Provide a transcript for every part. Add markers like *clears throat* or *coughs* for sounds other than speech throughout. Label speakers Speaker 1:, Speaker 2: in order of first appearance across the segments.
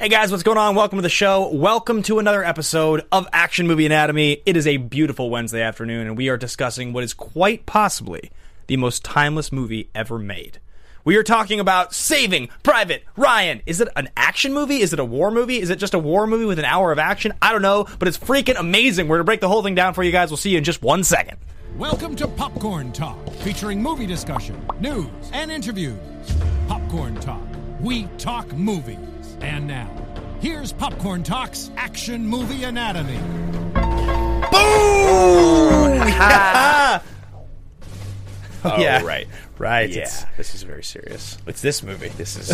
Speaker 1: Hey guys, what's going on? Welcome to the show. Welcome to another episode of Action Movie Anatomy. It is a beautiful Wednesday afternoon, and we are discussing what is quite possibly the most timeless movie ever made. We are talking about Saving Private Ryan. Is it an action movie? Is it a war movie? Is it just a war movie with an hour of action? I don't know, but it's freaking amazing. We're going to break the whole thing down for you guys. We'll see you in just one second.
Speaker 2: Welcome to Popcorn Talk, featuring movie discussion, news, and interviews. Popcorn Talk, we talk movies. And now, here's Popcorn Talk's Action Movie Anatomy.
Speaker 3: *laughs*
Speaker 1: Boom! *laughs* Yeah.
Speaker 3: Oh,
Speaker 1: Yeah.
Speaker 3: *laughs* right.
Speaker 1: Right.
Speaker 3: Yeah,
Speaker 1: It's,
Speaker 3: this is very serious.
Speaker 1: it's this movie.
Speaker 3: This *laughs* is.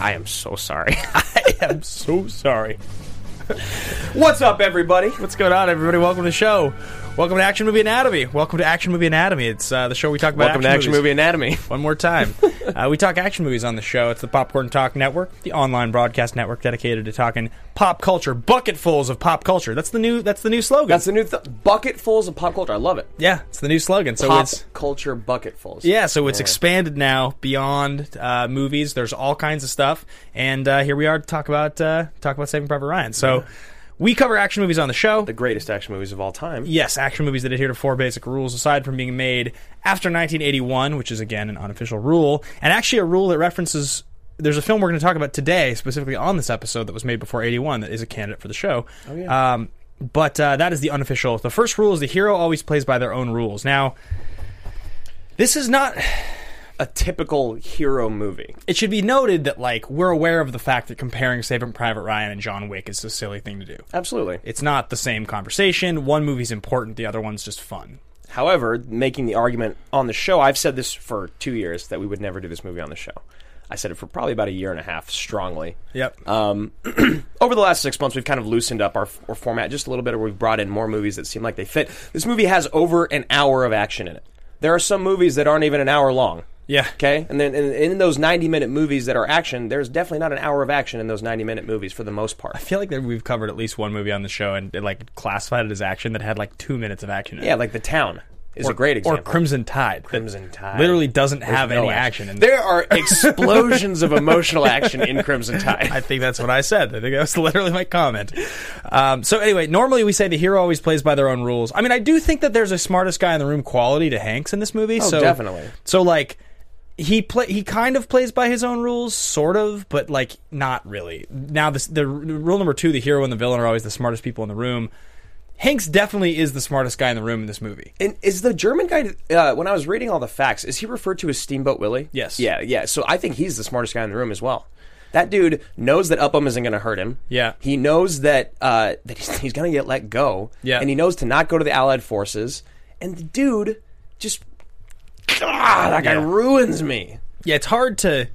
Speaker 3: I am so sorry.
Speaker 1: I'm so sorry. What's up, everybody? What's going on, everybody? Welcome to the show. Welcome to Action Movie Anatomy. Welcome to Action Movie Anatomy. It's uh, the show we talk about.
Speaker 3: *laughs* Welcome to Action
Speaker 1: movies.
Speaker 3: Movie *laughs* Anatomy.
Speaker 1: One more time. uh, we talk action movies on the show. It's the Popcorn Talk Network, the online broadcast network dedicated to talking pop culture, bucketfuls of pop culture. That's the new. That's the new slogan.
Speaker 4: That's the new th- bucketfuls of pop culture. I love it.
Speaker 1: yeah, it's the new slogan. So
Speaker 4: Pop
Speaker 1: it's
Speaker 4: culture bucketfuls.
Speaker 1: Yeah, so it's expanded now beyond uh, movies. There's all kinds of stuff, and uh, here we are to talk about uh, talk about Saving Private Ryan. So we cover action movies on the show.
Speaker 3: The greatest action movies of all time.
Speaker 1: yes, action movies that adhere to four basic rules, aside from being made after 1981, which is again an unofficial rule, and actually a rule that references. There's a film we're going to talk about today, specifically on this episode, that was made before 81, that is a candidate for the show. Oh, yeah. um, but uh, that is the unofficial. The first rule is the hero always plays by their own rules. Now, this is not.
Speaker 3: A typical hero movie.
Speaker 1: it should be noted that like we're aware of the fact that comparing Saving Private Ryan and John Wick is a silly thing to do.
Speaker 3: Absolutely.
Speaker 1: It's not the same conversation. One movie's important, the other one's just fun.
Speaker 3: However, making the argument on the show, I've said this for two years that we would never do this movie on the show. I said it for probably about a year and a half, strongly.
Speaker 1: Yep.
Speaker 3: Um, over the last six months, we've kind of loosened up our, our format just a little bit, or we've brought in more movies that seem like they fit. This movie has over an hour of action in it. There are some movies that aren't even an hour long.
Speaker 1: Yeah.
Speaker 3: Okay. And then and in those 90 minute movies that are action, there's definitely not an hour of action in those 90 minute movies for the most part.
Speaker 1: I feel like that we've covered at least one movie on the show and it, like classified it as action that had like two minutes of action. In it.
Speaker 3: Yeah, like The Town is
Speaker 1: or,
Speaker 3: a great example.
Speaker 1: Or Crimson Tide. that
Speaker 3: Crimson Tide.
Speaker 1: Literally doesn't
Speaker 3: There's
Speaker 1: have
Speaker 3: no
Speaker 1: any action. in *laughs*
Speaker 3: There are explosions of emotional action in Crimson Tide.
Speaker 1: I think that's what I said. I think that was *laughs* literally my comment. Um, so anyway, normally we say the hero always plays by their own rules. I mean, I do think that there's a smartest guy in the room quality to Hanks in this movie.
Speaker 3: Oh,
Speaker 1: so
Speaker 3: definitely.
Speaker 1: So like he play he kind of plays by his own rules, sort of, but like not really. Now this, the r- rule number two: the hero and the villain are always the smartest people in the room. Hanks definitely is the smartest guy in the room in this movie.
Speaker 3: And is the German guy? Uh, when I was reading all the facts, is he referred to as Steamboat Willie?
Speaker 1: Yes.
Speaker 3: Yeah, yeah. So I think he's the smartest guy in the room as well. That dude knows that Upham isn't going to hurt him.
Speaker 1: Yeah.
Speaker 3: He knows that uh, that he's, he's going to get let go.
Speaker 1: Yeah.
Speaker 3: And he knows to not go to the Allied forces. And the dude just, God, that guy
Speaker 1: Yeah.
Speaker 3: ruins me.
Speaker 1: yeah, it's hard to.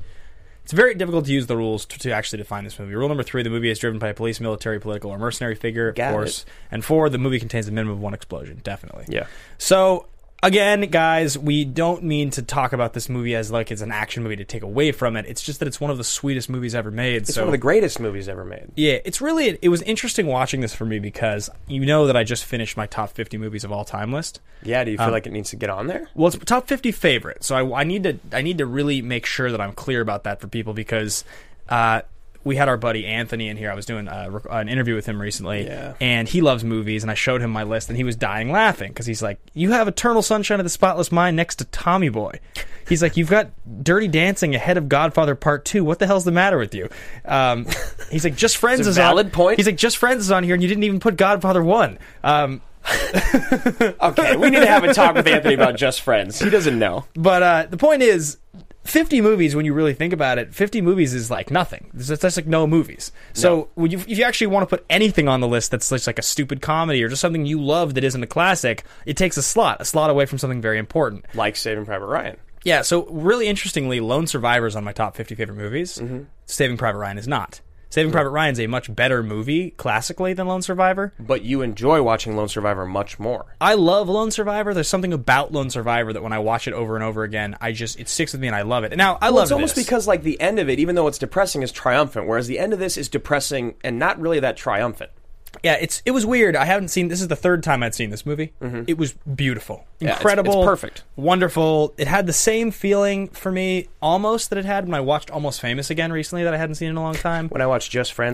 Speaker 1: It's very difficult to use the rules to, to actually define this movie. Rule number three: the movie is driven by a police, military, political, or mercenary figure, of
Speaker 3: Got it.
Speaker 1: course. And four: the movie contains a minimum of one explosion, definitely.
Speaker 3: Yeah.
Speaker 1: So again, guys, we don't mean to talk about this movie as like it's an action movie to take away from it. It's just that it's one of the sweetest movies ever made.
Speaker 3: It's
Speaker 1: so
Speaker 3: one of the greatest movies ever made.
Speaker 1: yeah, it's really it was interesting watching this for me because you know that I just finished my top fifty movies of all time list.
Speaker 3: Yeah. Do you feel
Speaker 1: Um,
Speaker 3: like it needs to get on there?
Speaker 1: Well, it's top fifty favorite, so I, I need to I need to really make sure that I'm clear about that for people because uh, we had our buddy Anthony in here. I was doing uh rec- an interview with him recently,
Speaker 3: Yeah.
Speaker 1: and he loves movies, and I showed him my list, and he was dying laughing because he's like, "You have Eternal Sunshine of the Spotless Mind next to Tommy Boy." He's like, "You've got Dirty Dancing ahead of Godfather Part Two. What the hell's the matter with you?" Um, he's like, "Just Friends
Speaker 3: It's a
Speaker 1: is on.
Speaker 3: valid point.
Speaker 1: He's like, "Just Friends is on here, and you didn't even put Godfather One." Um,
Speaker 3: Okay. We need to have a talk with Anthony about Just Friends. He doesn't know.
Speaker 1: But uh, the point is, 50 movies, when you really think about it, 50 movies is like nothing. There's- That's, like no movies. So when you, if you actually want to put anything on the list that's just like a stupid comedy or just something you love that isn't a classic, it takes a slot, a slot away from something very important.
Speaker 3: Like Saving Private Ryan.
Speaker 1: Yeah, so really interestingly, Lone Survivor's on my top 50 favorite movies.
Speaker 3: Mm-hmm.
Speaker 1: Saving Private Ryan is not. Saving Private Ryan's a much better movie classically than Lone Survivor.
Speaker 3: But you enjoy watching Lone Survivor much more.
Speaker 1: I love Lone Survivor. There's something about Lone Survivor that when I watch it over and over again, I just it sticks with me and I love it. And Now I
Speaker 3: Well,
Speaker 1: love
Speaker 3: it's almost
Speaker 1: this.
Speaker 3: because like the end of it, even though it's depressing, is triumphant, whereas the end of this is depressing and not really that triumphant.
Speaker 1: yeah, it's it was weird. I haven't seen this is the third time I'd seen this movie. It was beautiful,
Speaker 3: Mm-hmm. it's-
Speaker 1: incredible,
Speaker 3: it's perfect.
Speaker 1: wonderful. It had the same feeling for me almost that it had when I watched Almost Famous again recently that I hadn't seen in a long time.
Speaker 3: When I watch Just Friends,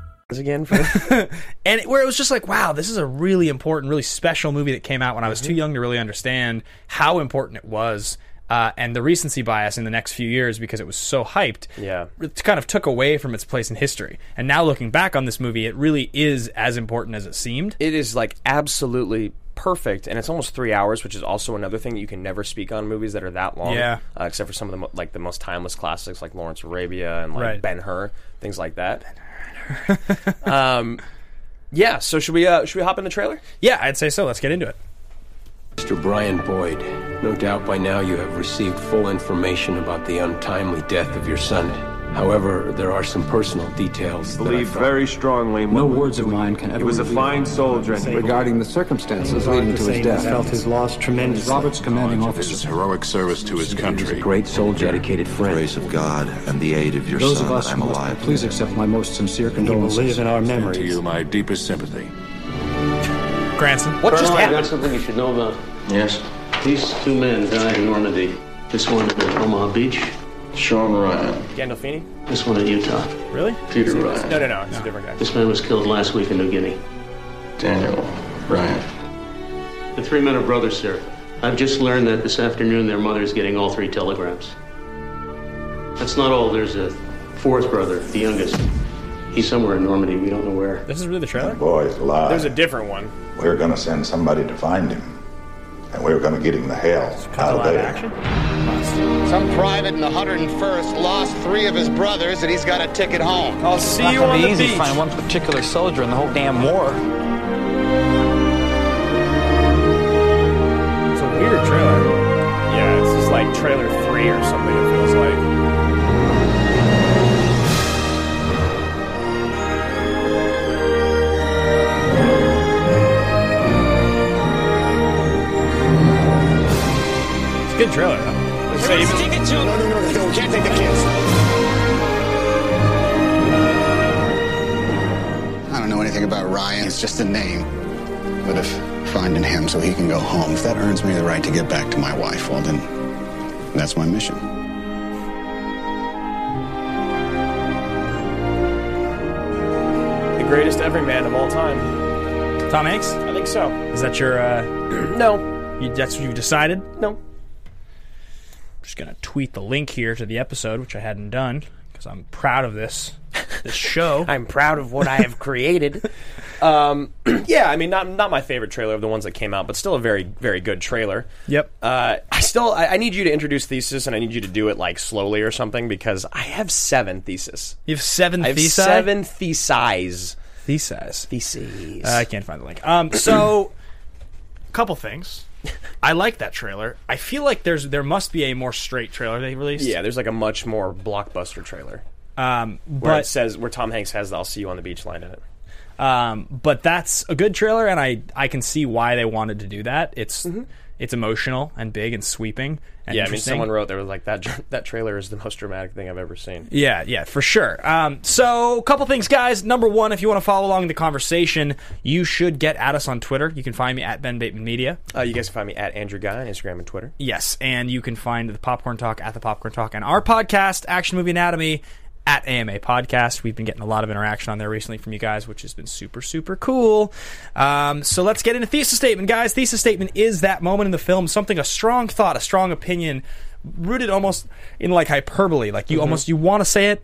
Speaker 3: again for *laughs*
Speaker 1: and it- where it was just like, wow, this is a really important, really special movie that came out when I
Speaker 3: Mm-hmm.
Speaker 1: was too young to really understand how important it was. Uh, and the recency bias in the next few years because it was so hyped,
Speaker 3: Yeah.
Speaker 1: it kind of took away from its place in history. And now looking back on this movie, it really is as important as it seemed.
Speaker 3: it is like absolutely perfect and it's almost three hours which is also another thing that you can never speak on movies that are that long
Speaker 1: Yeah.
Speaker 3: uh, except for some of the mo- like the most timeless classics like lawrence of arabia and like
Speaker 1: Right.
Speaker 3: ben-hur things like that *laughs* um, yeah so should we uh, should we hop in the trailer
Speaker 1: Yeah, I'd say so. Let's get into it.
Speaker 5: Mr. Brian Boyd, no doubt by now you have received full information about the untimely death of your son. However, there are some personal details that I
Speaker 6: believe
Speaker 5: felt-
Speaker 6: very strongly. in
Speaker 7: No
Speaker 6: what we
Speaker 7: words of
Speaker 6: do.
Speaker 7: mine can ever
Speaker 6: He was a
Speaker 7: reveal
Speaker 6: fine soldier.
Speaker 8: regarding the circumstances leading to his death. felt his loss tremendously.
Speaker 7: Robert's commanding officer.
Speaker 8: heroic service to his
Speaker 7: He was a great soldier, dedicated friend.
Speaker 8: of God and the aid of your
Speaker 7: Those of us who lost him, please accept my most sincere condolences. He will live in our memories.
Speaker 8: my deepest sympathy.
Speaker 1: Cranston.
Speaker 3: what just happened
Speaker 8: something you should know about. Yes. These two men died in Normandy. This one at Omaha Beach. Sean Ryan.
Speaker 3: gandolfini
Speaker 8: This one in Utah.
Speaker 1: Really?
Speaker 8: Peter
Speaker 3: no no no it's a different guy
Speaker 8: This man was killed last week in New Guinea. Daniel Ryan. The three men are brothers, sir. I've just learned that this afternoon their mother is getting all three telegrams. That's not all. There's a fourth brother, the youngest. He's somewhere in Normandy. We don't know where.
Speaker 1: This is really the trailer?
Speaker 9: Boy's alive.
Speaker 3: there's a different one
Speaker 9: we're gonna send somebody to find him, and we're gonna get him the hell out of
Speaker 1: Live
Speaker 9: there.
Speaker 1: action?
Speaker 8: Some private in the 101st lost three of his brothers, and he's got a ticket home.
Speaker 3: i'll see you on the beach
Speaker 7: one particular soldier in the whole damn war.
Speaker 3: it's a weird trailer yeah it's just like trailer three or something it feels like
Speaker 1: It's a good trailer, though.
Speaker 8: I don't know anything about Ryan. It's just a name. But if finding him so he can go home, if that earns me the right to get back to my wife, well, then that's my mission.
Speaker 3: the greatest everyman of all time
Speaker 1: Tom Hanks?
Speaker 3: i think so
Speaker 1: Is that your, uh,
Speaker 3: no
Speaker 1: you, that's what you've decided?
Speaker 3: no
Speaker 1: just gonna tweet the link here to the episode, which I hadn't done because I'm proud of this
Speaker 3: *laughs*
Speaker 1: this show.
Speaker 3: I'm proud of what
Speaker 1: *laughs*
Speaker 3: I have created. Um, *clears throat* yeah, I mean, not not my favorite trailer of the ones that came out, but still a very very good trailer.
Speaker 1: Yep.
Speaker 3: Uh, I still I, I need you to introduce thesis, and I need you to do it like slowly or something because I have seven thesis.
Speaker 1: you have seven
Speaker 3: I have
Speaker 1: thesi.
Speaker 3: seven theses.
Speaker 1: theses.
Speaker 3: Theses.
Speaker 1: Uh, I can't find the link. Um,
Speaker 3: *coughs*
Speaker 1: so couple things. I like that trailer. I feel like there's there must be a more straight trailer they released.
Speaker 3: yeah, there's like a much more blockbuster trailer
Speaker 1: Um,
Speaker 3: where it
Speaker 1: but
Speaker 3: says where Tom Hanks has the "I'll see you on the beach" line in it.
Speaker 1: um, but that's a good trailer, and I I can see why they wanted to do that. It's it's emotional and big and sweeping. And
Speaker 3: Mm-hmm. Yeah, I mean,
Speaker 1: interesting.
Speaker 3: someone wrote there was like that. dr- That trailer is the most dramatic thing I've ever seen.
Speaker 1: Yeah, yeah, for sure. Um, so, a couple things, guys. Number one, if you want to follow along in the conversation, you should get at us on Twitter. You can find me at Ben Bateman Media.
Speaker 3: Uh, you guys can find me at Andrew Guy on Instagram and Twitter.
Speaker 1: Yes, and you can find the Popcorn Talk at the Popcorn Talk and our podcast, Action Movie Anatomy, at AMA Podcast. We've been getting a lot of interaction on there recently from you guys, which has been super, super cool. Um, so let's get into thesis statement, guys. Thesis statement is that moment in the film, something a strong thought, a strong opinion, rooted almost in like hyperbole. Like you almost you want to say it.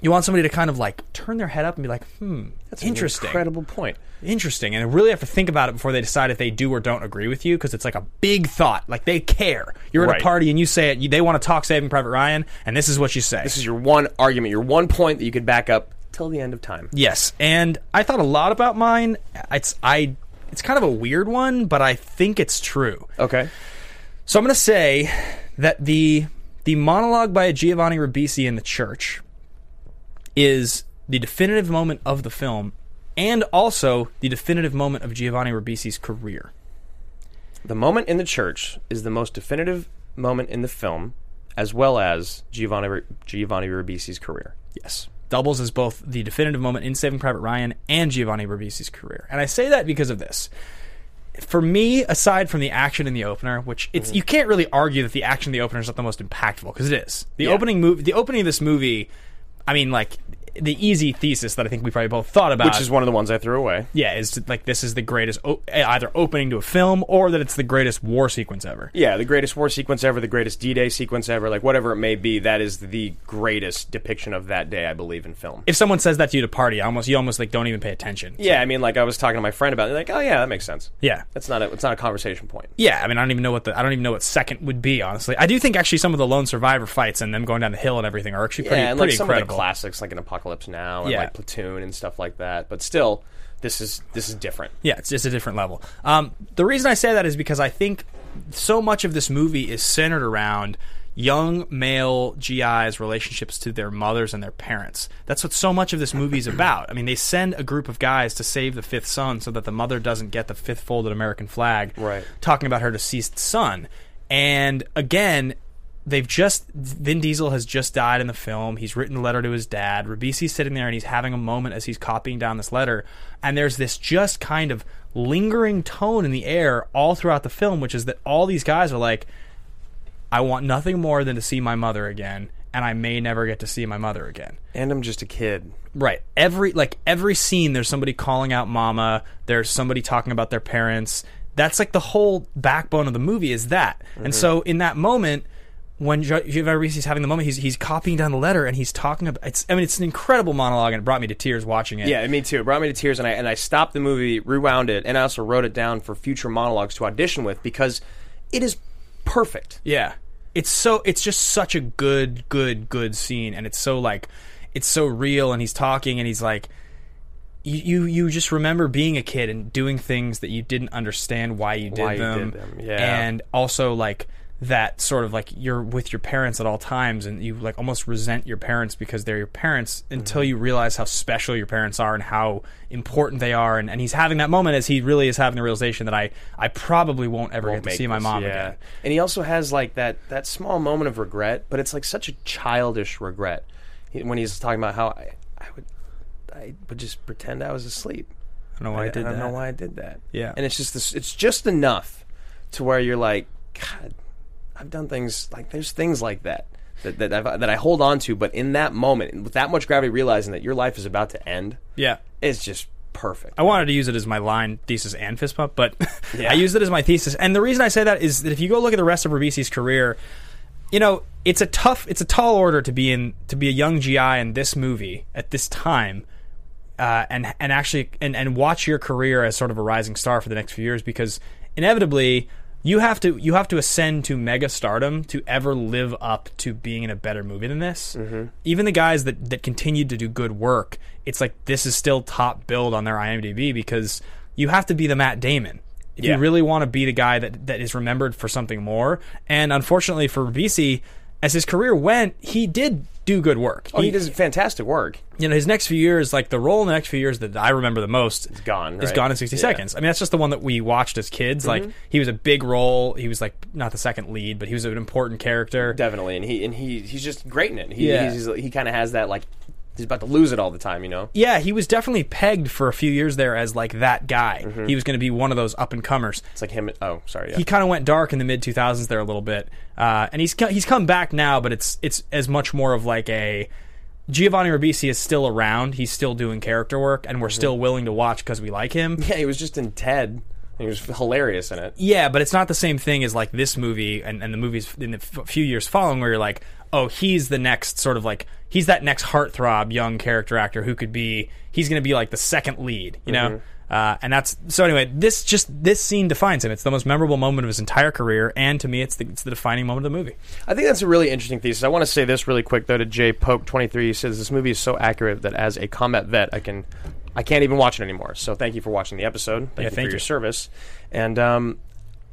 Speaker 1: You want somebody to kind of like turn their head up and be like, "Hmm, that's interesting."
Speaker 3: Incredible point.
Speaker 1: Interesting, and I really have to think about it before they decide if they do or don't agree with you, because it's like a big thought. Like they care. You're at
Speaker 3: Right.
Speaker 1: a party and you say it. You, they want to talk Saving Private Ryan, and this is what you say.
Speaker 3: This is your one argument, your one point that you could back up till the end of time.
Speaker 1: yes, and I thought a lot about mine. It's I. It's kind of a weird one, but I think it's true.
Speaker 3: Okay.
Speaker 1: So I'm going to say that the the monologue by Giovanni Ribisi in the church is the definitive moment of the film and also the definitive moment of Giovanni Ribisi's career.
Speaker 3: The moment in the church is the most definitive moment in the film, as well as Giovanni Giovanni Ribisi's career.
Speaker 1: Yes. Doubles as both the definitive moment in Saving Private Ryan and Giovanni Ribisi's career. And I say that because of this. For me, aside from the action in the opener, which
Speaker 3: Mm-hmm.
Speaker 1: it's you can't really argue that the action in the opener is not the most impactful because it is. The opening move, the opening of this movie, I mean, like the easy thesis that I think we probably both thought about,
Speaker 3: Which is one of the ones I threw away.
Speaker 1: yeah, is like this is the greatest o- either opening to a film or that it's the greatest war sequence ever.
Speaker 3: Yeah, the greatest war sequence ever, the greatest D Day sequence ever, like whatever it may be, that is the greatest depiction of that day, I believe, in film.
Speaker 1: If someone says that to you to party, I almost you almost like don't even pay attention.
Speaker 3: yeah, I mean, like I was talking to my friend about it, like, oh yeah, that makes sense.
Speaker 1: Yeah.
Speaker 3: That's not a, it's not a conversation point.
Speaker 1: Yeah, I mean, I don't even know what the I don't even know what second would be. Honestly, I do think actually some of the lone survivor fights and them going down the hill and everything are actually pretty
Speaker 3: yeah, and like
Speaker 1: pretty
Speaker 3: some of the
Speaker 1: incredible.
Speaker 3: classics, like an Apocalypse Now and
Speaker 1: Yeah.
Speaker 3: like Platoon and stuff like that. But still, this is this is different.
Speaker 1: yeah, it's just a different level. Um, the reason I say that is because I think so much of this movie is centered around young male GIs' relationships to their mothers and their parents. That's what so much of this movie is
Speaker 3: *clears throat*
Speaker 1: about. I mean, they send a group of guys to save the fifth son so that the mother doesn't get the fifth folded American flag,
Speaker 3: Right.
Speaker 1: talking about her deceased son. And again, they've just Vin Diesel has just died in the film. He's written a letter to his dad. Rabisi's sitting there and he's having a moment as he's copying down this letter. And there's this just kind of lingering tone in the air all throughout the film, which is that all these guys are like, I want nothing more than to see my mother again, and I may never get to see my mother again.
Speaker 3: And I'm just a kid.
Speaker 1: Right. Every like every scene there's somebody calling out mama, there's somebody talking about their parents. That's like the whole backbone of the movie is that. And so in that moment when Jo- Giovanni Ribisi's having the moment, he's he's copying down the letter and he's talking about it's I mean it's an incredible monologue and it brought me to tears watching it.
Speaker 3: Yeah, me too. It brought me to tears, and I and I stopped the movie, rewound it, and I also wrote it down for future monologues to audition with because it is perfect.
Speaker 1: Yeah. It's so it's just such a good good good scene and it's so like it's so real and he's talking and he's like you, you you just remember being a kid and doing things that you didn't understand why you did
Speaker 3: Why you
Speaker 1: them.
Speaker 3: did them, yeah.
Speaker 1: And also like that sort of like you're with your parents at all times and you like almost resent your parents because they're your parents until
Speaker 3: Mm-hmm.
Speaker 1: you realize how special your parents are and how important they are and, and he's having that moment as he really is having the realization that I I probably won't ever
Speaker 3: Won't
Speaker 1: get to
Speaker 3: make
Speaker 1: see my
Speaker 3: this,
Speaker 1: mom
Speaker 3: yeah.
Speaker 1: again.
Speaker 3: And he also has like that that small moment of regret, but it's like such a childish regret He- when he's talking about how I, I would I would just pretend I was asleep.
Speaker 1: I don't know why I, did
Speaker 3: I don't
Speaker 1: that.
Speaker 3: know why I did that.
Speaker 1: Yeah.
Speaker 3: and it's just this, it's just enough to where you're like, God, I've done things like there's things like that that that, I've, that I hold on to, but in that moment, and with that much gravity, realizing that your life is about to end,
Speaker 1: Yeah.
Speaker 3: it's just perfect.
Speaker 1: I wanted to use it as my line thesis and fist pump, but *laughs*
Speaker 3: Yeah.
Speaker 1: I used it as my thesis. And the reason I say that is that if you go look at the rest of Rabisi's career, you know, it's a tough, it's a tall order to be in to be a young GI in this movie at this time, uh, and and actually and and watch your career as sort of a rising star for the next few years because inevitably you have to you have to ascend to mega stardom to ever live up to being in a better movie than this. Even the guys that that continued to do good work, it's like this is still top build on their IMDb because you have to be the Matt Damon if
Speaker 3: Yeah.
Speaker 1: you really want to be the guy that that is remembered for something more. And unfortunately for Ribisi, as his career went, he did do good work.
Speaker 3: Oh, he does fantastic work.
Speaker 1: You know, his next few years, like the role in the next few years that I remember the most, is
Speaker 3: gone,
Speaker 1: Is
Speaker 3: right?
Speaker 1: gone in sixty
Speaker 3: Yeah. Mm-hmm.
Speaker 1: seconds. I mean, that's just the one that we watched as kids. Like he was a big role. He was like not the second lead, but he was an important character.
Speaker 3: Definitely, and he and he he's just great in it. He
Speaker 1: Yeah.
Speaker 3: he's, he's- he kind of has that like he's about to lose it all the time, you know.
Speaker 1: yeah, he was definitely pegged for a few years there as like that guy.
Speaker 3: Mm-hmm.
Speaker 1: He was going to be one of those up and comers.
Speaker 3: It's like him. Oh, sorry. Yeah.
Speaker 1: he kind of went dark in the mid 2000s there a little bit uh, and he's co- he's come back now but it's it's as much more of like a Giovanni Ribisi is still around he's still doing character work and we're still willing to watch because we like him
Speaker 3: *laughs* yeah, he was just in Ted. And he was hilarious in it.
Speaker 1: yeah but it's not the same thing as like this movie and, and the movies in the f- few years following where you're like oh he's the next sort of like he's that next heartthrob young character actor who could be he's going to be like the second lead you know uh, and that's so anyway this just this scene defines him it's the most memorable moment of his entire career and to me it's the, it's the defining moment of the movie
Speaker 3: I think that's a really interesting thesis. I want to say this really quick though to Jay Pope twenty three. He says this movie is so accurate that as a combat vet, I can, I can't even watch it anymore. So thank you for watching the episode. Thank you
Speaker 1: thank
Speaker 3: for
Speaker 1: you.
Speaker 3: your service. And um,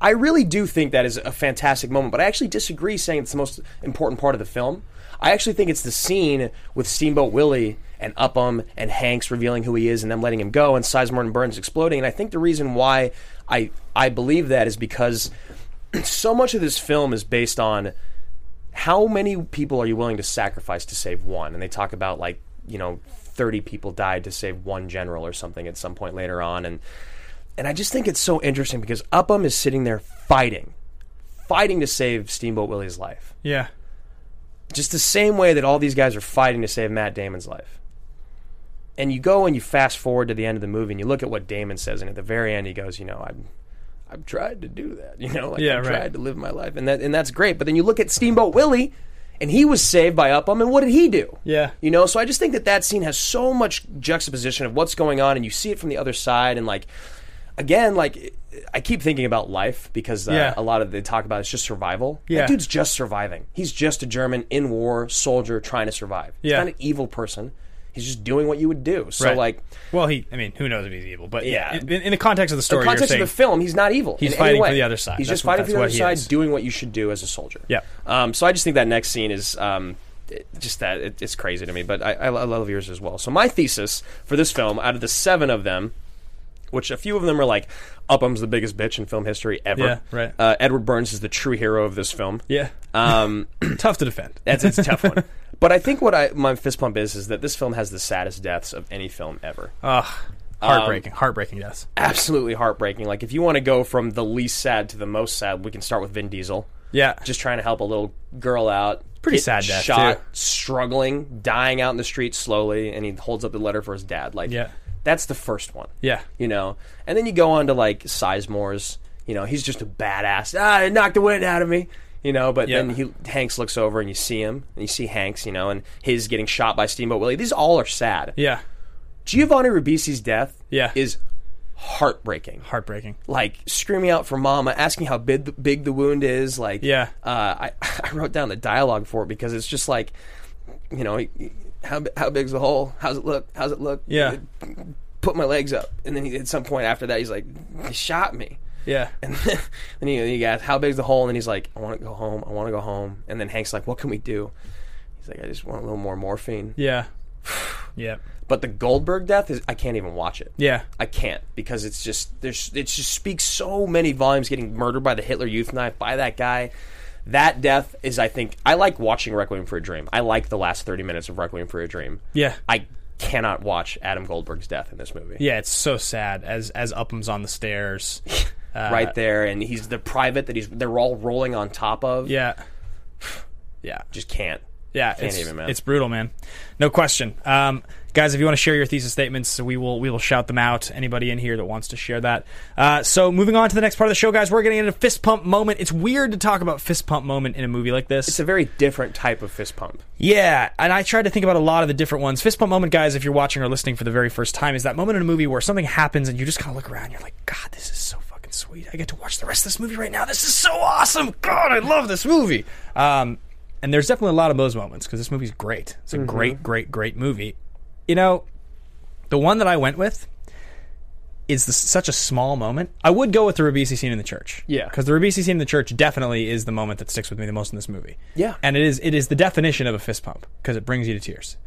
Speaker 3: I really do think that is a fantastic moment, but I actually disagree saying it's the most important part of the film. I actually think it's the scene with Steamboat Willie and Upham and Hanks revealing who he is and them letting him go and Sizemore and Burns exploding. And I think the reason why I I believe that is because *clears throat* so much of this film is based on how many people are you willing to sacrifice to save one? And they talk about like, you know, 30 people died to save one general or something at some point later on and and I just think it's so interesting because Upham is sitting there fighting, fighting to save Steamboat Willie's life.
Speaker 1: Yeah.
Speaker 3: Just the same way that all these guys are fighting to save Matt Damon's life. And you go and you fast forward to the end of the movie and you look at what Damon says, and at the very end he goes, you know, I've I've tried to do that, *laughs* you know, like
Speaker 1: Yeah,
Speaker 3: I've
Speaker 1: right.
Speaker 3: tried to live my life, and that and that's great. But then you look at Steamboat Willie, and he was saved by Upham, and what did he do?
Speaker 1: Yeah.
Speaker 3: You know, so I just think that that scene has so much juxtaposition of what's going on, and you see it from the other side, and like, again, like, I keep thinking about life because uh,
Speaker 1: Yeah.
Speaker 3: a lot of they talk about it's just survival.
Speaker 1: Yeah.
Speaker 3: That dude's just surviving. He's just a German in war soldier trying to survive. He's
Speaker 1: Yeah.
Speaker 3: not an evil person. He's just doing what you would do. So
Speaker 1: Right.
Speaker 3: like,
Speaker 1: Well, he. I mean, who knows if he's evil? But yeah,
Speaker 3: Yeah.
Speaker 1: in, in the context of the story,
Speaker 3: in context
Speaker 1: you're
Speaker 3: of the film, he's not evil.
Speaker 1: He's
Speaker 3: in
Speaker 1: fighting
Speaker 3: any way.
Speaker 1: for the other side.
Speaker 3: He's
Speaker 1: That's
Speaker 3: just
Speaker 1: what-
Speaker 3: fighting for
Speaker 1: that's
Speaker 3: the
Speaker 1: what
Speaker 3: other
Speaker 1: he
Speaker 3: side,
Speaker 1: is.
Speaker 3: doing what you should do as a soldier.
Speaker 1: Yeah.
Speaker 3: Um, so I just think that next scene is um, it- just that it, it's crazy to me, but I, I lo- I love yours as well. So my thesis for this film, out of the seven of them, which a few of them are like Upham's the biggest bitch in film history ever.
Speaker 1: Yeah, right.
Speaker 3: Uh, Edward Burns is the true hero of this film.
Speaker 1: Yeah.
Speaker 3: Um,
Speaker 1: tough to defend.
Speaker 3: that's it's a
Speaker 1: *laughs*
Speaker 3: tough one. But I think what I my fist pump is is that this film has the saddest deaths of any film ever
Speaker 1: Ugh. Heartbreaking.
Speaker 3: Um,
Speaker 1: heartbreaking. Yes.
Speaker 3: absolutely heartbreaking. Like if you want to go from the least sad to the most sad, we can start with Vin Diesel.
Speaker 1: Yeah.
Speaker 3: Just trying to help a little girl out.
Speaker 1: Pretty
Speaker 3: get
Speaker 1: sad death,
Speaker 3: Shot,
Speaker 1: too.
Speaker 3: struggling, dying out in the street slowly, and he holds up the letter for his dad. Like
Speaker 1: Yeah.
Speaker 3: that's the first one.
Speaker 1: Yeah.
Speaker 3: You know? And then you go on to like Sizemore's, you know, he's just a badass. Ah, it knocked the wind out of me. You know, but
Speaker 1: Yeah.
Speaker 3: then he Hanks looks over and you see him, and you see Hanks, you know, and his getting shot by Steamboat Willie. These all are sad.
Speaker 1: Yeah.
Speaker 3: Giovanni Ribisi's death
Speaker 1: Yeah.
Speaker 3: is heartbreaking
Speaker 1: Heartbreaking.
Speaker 3: like screaming out for mama, asking how big the, big the wound is. Like,
Speaker 1: Yeah.
Speaker 3: uh, I, *laughs* I wrote down the dialogue for it because it's just like, you know, he- he- how bi- how big's the hole? How's it look? How's it look?
Speaker 1: Yeah.
Speaker 3: Put my legs up, and then he, at some point after that, he's like, he shot me. *laughs*
Speaker 1: Yeah.
Speaker 3: And then, then he, he asks, how big's the hole? And then he's like, I want to go home. I want to go home. And then Hank's like, what can we do? He's like, I just want a little more morphine. *sighs*
Speaker 1: Yeah. yeah.
Speaker 3: But the Goldberg death is I can't even watch it.
Speaker 1: Yeah.
Speaker 3: I can't because it's just there's it just speaks so many volumes getting murdered by the Hitler Youth knife by that guy. That death is I think I like watching Requiem for a Dream. I like the last 30 minutes of Requiem for a Dream.
Speaker 1: Yeah.
Speaker 3: I cannot watch Adam Goldberg's death in this movie.
Speaker 1: Yeah. It's so sad as as Upham's on the
Speaker 3: *laughs*
Speaker 1: stairs. Uh,
Speaker 3: Right there and he's the private that he's they're all rolling on top of.
Speaker 1: Yeah. Yeah.
Speaker 3: Just can't.
Speaker 1: Yeah,
Speaker 3: Can't
Speaker 1: it's,
Speaker 3: even, man.
Speaker 1: it's brutal, man. No question, um, guys. If you want to share your thesis statements, we will we will shout them out. Anybody in here that wants to share that. Uh, so moving on to the next part of the show, guys. We're getting into fist pump moment. It's weird to talk about fist pump moment in a movie like this.
Speaker 3: It's a very different type of fist pump.
Speaker 1: Yeah, and I tried to think about a lot of the different ones. Fist pump moment, guys, if you're watching or listening for the very first time, is that moment in a movie where something happens and you just kind of look around. And you're like, God, this is so fucking sweet. I get to watch the rest of this movie right now. This is so awesome. God, I love this movie. Um, and there's definitely a lot of those moments because this movie's great. It's a great, great, great movie. You know, the one that I went with is this, such a small moment. I would go with the Ribisi scene in the church.
Speaker 3: Yeah.
Speaker 1: Because the Ribisi scene in the church definitely is the moment that sticks with me the most in this movie.
Speaker 3: Yeah.
Speaker 1: And it is it is the definition of a fist pump because it brings you to tears.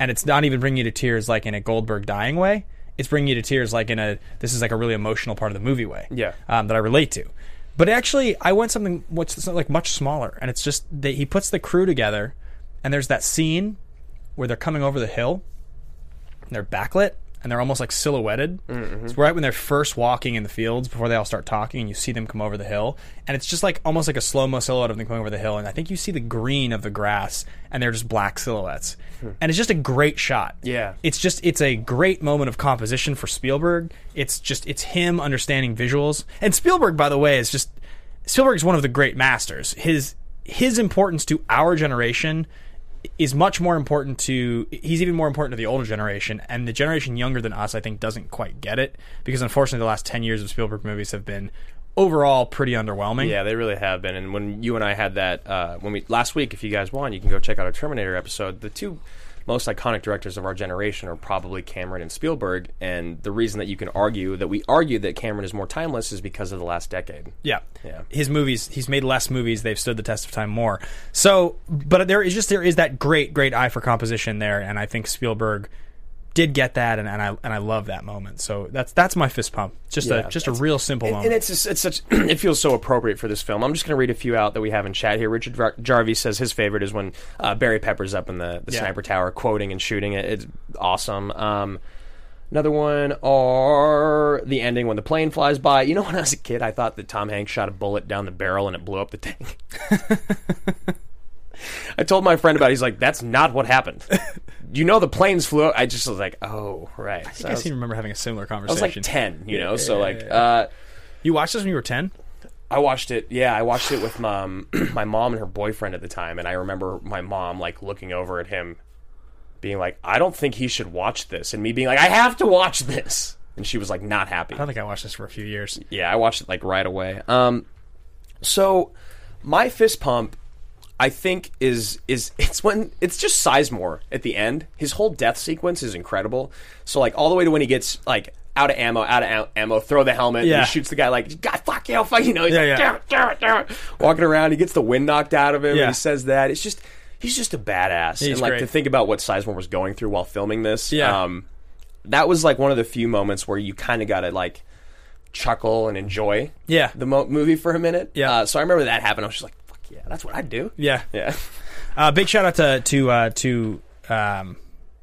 Speaker 1: And it's not even bringing you to tears like in a Goldberg dying way. It's bringing you to tears like in a this is like a really emotional part of the movie way.
Speaker 3: Yeah.
Speaker 1: Um, that I relate to. But actually, I went something what's like much smaller, and it's just that he puts the crew together, and there's that scene where they're coming over the hill, and they're backlit and they're almost like silhouetted. It's right when they're first walking in the fields before they all start talking, and you see them come over the hill, and it's just like almost like a slow mo silhouette of them coming over the hill, and I think you see the green of the grass, and they're just black silhouettes, and it's just a great shot.
Speaker 3: Yeah.
Speaker 1: it's just it's a great moment of composition for Spielberg. It's just it's him understanding visuals, and Spielberg, by the way, is just Spielberg's one of the great masters. His his importance to our generation is much more important to he's even more important to the older generation and the generation younger than us I think doesn't quite get it because unfortunately the last 10 years of Spielberg movies have been overall pretty underwhelming.
Speaker 3: Yeah, they really have been. And when you and I had that uh, when we last week, if you guys want, you can go check out our Terminator episode. The two most iconic directors of our generation are probably Cameron and Spielberg. And the reason that you can argue that we argue that Cameron is more timeless is because of the last decade.
Speaker 1: Yeah.
Speaker 3: Yeah.
Speaker 1: His movies, he's made less movies, they've stood the test of time more. So, but there is just there is that great great eye for composition there and I think Spielberg did get that and, and I and I love that moment. So that's that's my fist pump. Just
Speaker 3: Yeah,
Speaker 1: a just a real simple
Speaker 3: And,
Speaker 1: moment.
Speaker 3: and it's just, it's such *clears throat* it feels so appropriate for this film. I'm just going to read a few out that we have in chat here. Richard Jar- Jarvie says his favorite is when uh, Barry Pepper's up in the, the
Speaker 1: Yeah.
Speaker 3: sniper tower quoting and shooting it. It's awesome. Um, another one are the ending when the plane flies by. You know, when I was a kid, I thought that Tom Hanks shot a bullet down the barrel and it blew up the tank. *laughs* I told my friend about. it. He's like, "That's not
Speaker 1: *laughs*
Speaker 3: what happened." You know, the planes flew. Up. I just was like, "Oh, right." So
Speaker 1: I
Speaker 3: I, was,
Speaker 1: seem to remember having a similar
Speaker 3: I was
Speaker 1: conversation.
Speaker 3: like ten, you know.
Speaker 1: Yeah,
Speaker 3: so
Speaker 1: yeah,
Speaker 3: like,
Speaker 1: yeah,
Speaker 3: uh,
Speaker 1: You watched this when you were 10?
Speaker 3: I watched it. Yeah, I watched it with mom, *clears throat* my mom and her boyfriend at the time, and I remember my mom like looking over at him, being like, "I don't think he should watch this," and me being like, "I have to watch this," and she was like, not happy.
Speaker 1: I don't think I watched this for a few years.
Speaker 3: Yeah, I watched it like right away. Um, so my fist pump, I think is is *laughs* it's when it's just Sizemore at the end. His whole death sequence is incredible. So like all the way to when he gets like out of ammo, out of am- ammo, throw the helmet,
Speaker 1: Yeah.
Speaker 3: and he shoots the guy like God fuck you, fuck you know, he's
Speaker 1: Yeah,
Speaker 3: like,
Speaker 1: yeah.
Speaker 3: damn it, damn it, damn it. Walking around, he gets the wind knocked out of him.
Speaker 1: Yeah.
Speaker 3: And he says that it's just he's just a badass.
Speaker 1: He's
Speaker 3: and like
Speaker 1: great.
Speaker 3: to think about what Sizemore was going through while filming this.
Speaker 1: Yeah.
Speaker 3: Um, that was like one of the few moments where you kind of got to like chuckle and enjoy
Speaker 1: Yeah.
Speaker 3: the mo- movie for a minute.
Speaker 1: Yeah.
Speaker 3: Uh, so I remember that happened. I was just like, fuck yeah, that's what I do.
Speaker 1: Yeah.
Speaker 3: Yeah. *laughs*
Speaker 1: Uh, big shout out to to uh, to um,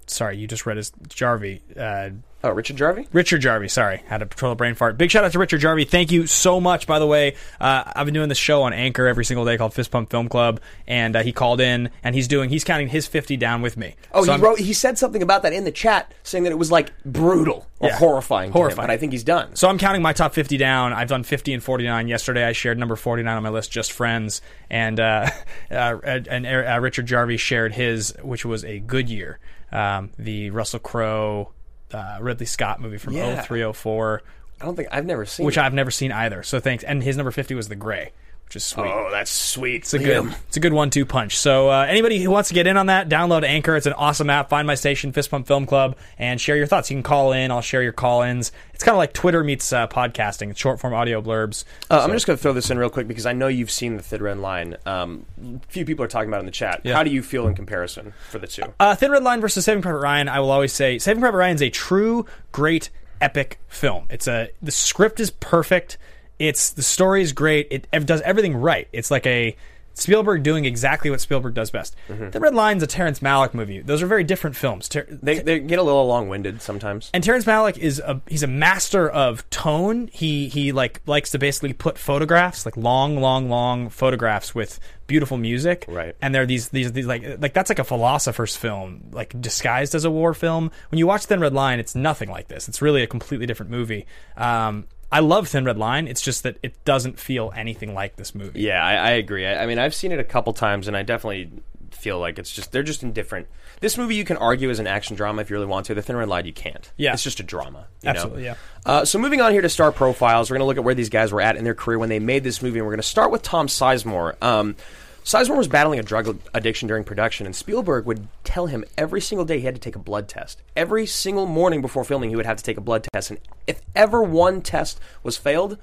Speaker 1: sorry, you just read his Jarvie. Uh,
Speaker 3: Oh, Richard Jarvie?
Speaker 1: Richard Jarvie, sorry, had a patrol brain fart. Big shout out to Richard Jarvie. Thank you so much, by the way. Uh, I've been doing this show on Anchor every single day called Fist Pump Film Club, and uh, he called in and he's doing he's counting his fifty down with me.
Speaker 3: Oh,
Speaker 1: So
Speaker 3: he
Speaker 1: I'm-
Speaker 3: wrote. He said something about that in the chat, saying that it was like brutal or
Speaker 1: Yeah.
Speaker 3: horrifying. to him,
Speaker 1: Horrifying.
Speaker 3: but I think he's done.
Speaker 1: So I'm counting my top 50 down. I've done 50 and 49 yesterday. I shared number 49 on my list, just friends, and uh, *laughs* uh, and uh, Richard Jarvie shared his, which was a good year. Um, the Russell Crowe, uh, Ridley Scott movie from
Speaker 3: Yeah.
Speaker 1: 0304,
Speaker 3: I don't think I've never seen.
Speaker 1: which
Speaker 3: it.
Speaker 1: I've never seen either. So thanks. And his number 50 was The Gray, which is sweet.
Speaker 3: oh, that's sweet.
Speaker 1: It's a good, it's a good one-two punch. So uh, anybody who wants to get in on that, download Anchor. It's an awesome app. Find my station, Fist Pump Film Club, and share your thoughts. You can call in. I'll share your call-ins. It's kind of like Twitter meets uh, podcasting. It's short-form audio blurbs.
Speaker 3: Uh, I'm just going to throw this in real quick because I know you've seen the Thin Red Line. Um, few people are talking about it in the chat. How do you feel in comparison for the two?
Speaker 1: Uh, Thin Red Line versus Saving Private Ryan. I will always say Saving Private Ryan is a true great epic film. It's a the script is perfect. It's the story is great. It, ev does everything right. It's like a Spielberg doing exactly what Spielberg does best. Thin Red Line's a Terrence Malick movie. Those are very different films. Ter-
Speaker 3: they, they get a little long winded sometimes.
Speaker 1: And Terrence Malick is a he's a master of tone. He he like likes to basically put photographs, like long, long, long photographs with beautiful music.
Speaker 3: Right.
Speaker 1: And there are these these these like like that's like a philosopher's film, like disguised as a war film. When you watch Thin Red Line, it's nothing like this. It's really a completely different movie. Um I love Thin Red Line. It's just that it doesn't feel anything like this movie.
Speaker 3: Yeah, I, I agree. I, I mean, I've seen it a couple times, and I definitely feel like it's just they're just indifferent. This movie you can argue is an action drama if you really want to. The Thin Red Line you can't.
Speaker 1: Yeah.
Speaker 3: it's just a drama. You
Speaker 1: Absolutely,
Speaker 3: Know?
Speaker 1: yeah.
Speaker 3: Uh, so moving on here to star profiles, we're going to look at where these guys were at in their career when they made this movie, and we're going to start with Tom Sizemore. Um, Sizemore was battling a drug addiction during production, and Spielberg would tell him every single day he had to take a blood test. Every single morning before filming, he would have to take a blood test, and if ever one test was failed,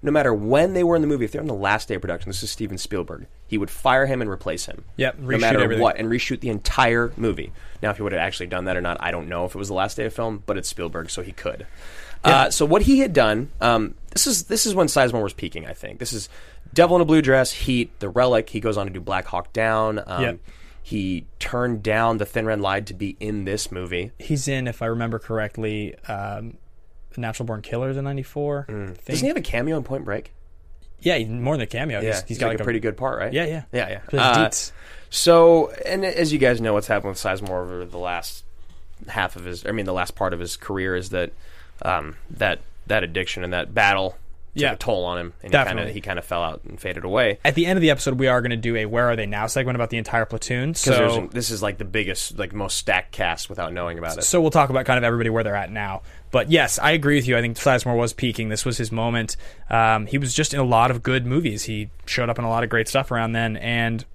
Speaker 3: no matter when they were in the movie, if they're on the last day of production, this is Steven Spielberg, he would fire him and replace him.
Speaker 1: Yep,
Speaker 3: no
Speaker 1: reshoot
Speaker 3: matter
Speaker 1: everything.
Speaker 3: what, and reshoot the entire movie. Now, if he would have actually done that or not, I don't know if it was the last day of film, but it's Spielberg, so he could. Uh, so what he had done, um, this is this is when Sizemore was peaking. I think this is Devil in a Blue Dress, Heat, The Relic. He goes on to do Black Hawk Down. Um,
Speaker 1: Yep.
Speaker 3: He turned down The Thin Red Line to be in this movie.
Speaker 1: He's in, if I remember correctly, um, Natural Born Killers in '94.
Speaker 3: Doesn't he have a cameo in Point Break?
Speaker 1: Yeah, he's more than a cameo. he's, he's got
Speaker 3: like, a pretty good part, right?
Speaker 1: Yeah, yeah.
Speaker 3: yeah, yeah.
Speaker 1: Plays
Speaker 3: Uh,
Speaker 1: Dietz.
Speaker 3: So, and as you guys know, what's happened with Sizemore over the last half of his, I mean, the last part of his career is that um, that that addiction and that battle took
Speaker 1: Yeah.
Speaker 3: a toll on him, and he kind
Speaker 1: Definitely.
Speaker 3: of he kind of fell out and faded away.
Speaker 1: At the end of the episode, we are going to do a "Where Are They Now" segment about the entire platoon.
Speaker 3: 'Cause there's-
Speaker 1: So,
Speaker 3: this is like the biggest, like most stacked cast without knowing about it.
Speaker 1: so we'll talk about kind of everybody where they're at now. But yes, I agree with you. I think Sizemore was peaking. This was his moment. Um, he was just in a lot of good movies. He showed up in a lot of great stuff around then, and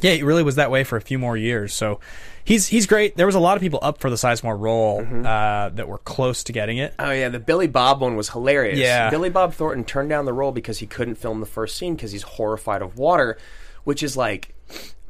Speaker 1: Yeah, it really was that way for a few more years. So he's he's great. There was a lot of people up for the Sizemore role
Speaker 3: Mm-hmm.
Speaker 1: uh, that were close to getting it.
Speaker 3: Oh yeah, the Billy Bob one was hilarious.
Speaker 1: Yeah.
Speaker 3: Billy Bob Thornton turned down the role because he couldn't film the first scene because he's horrified of water, which is like,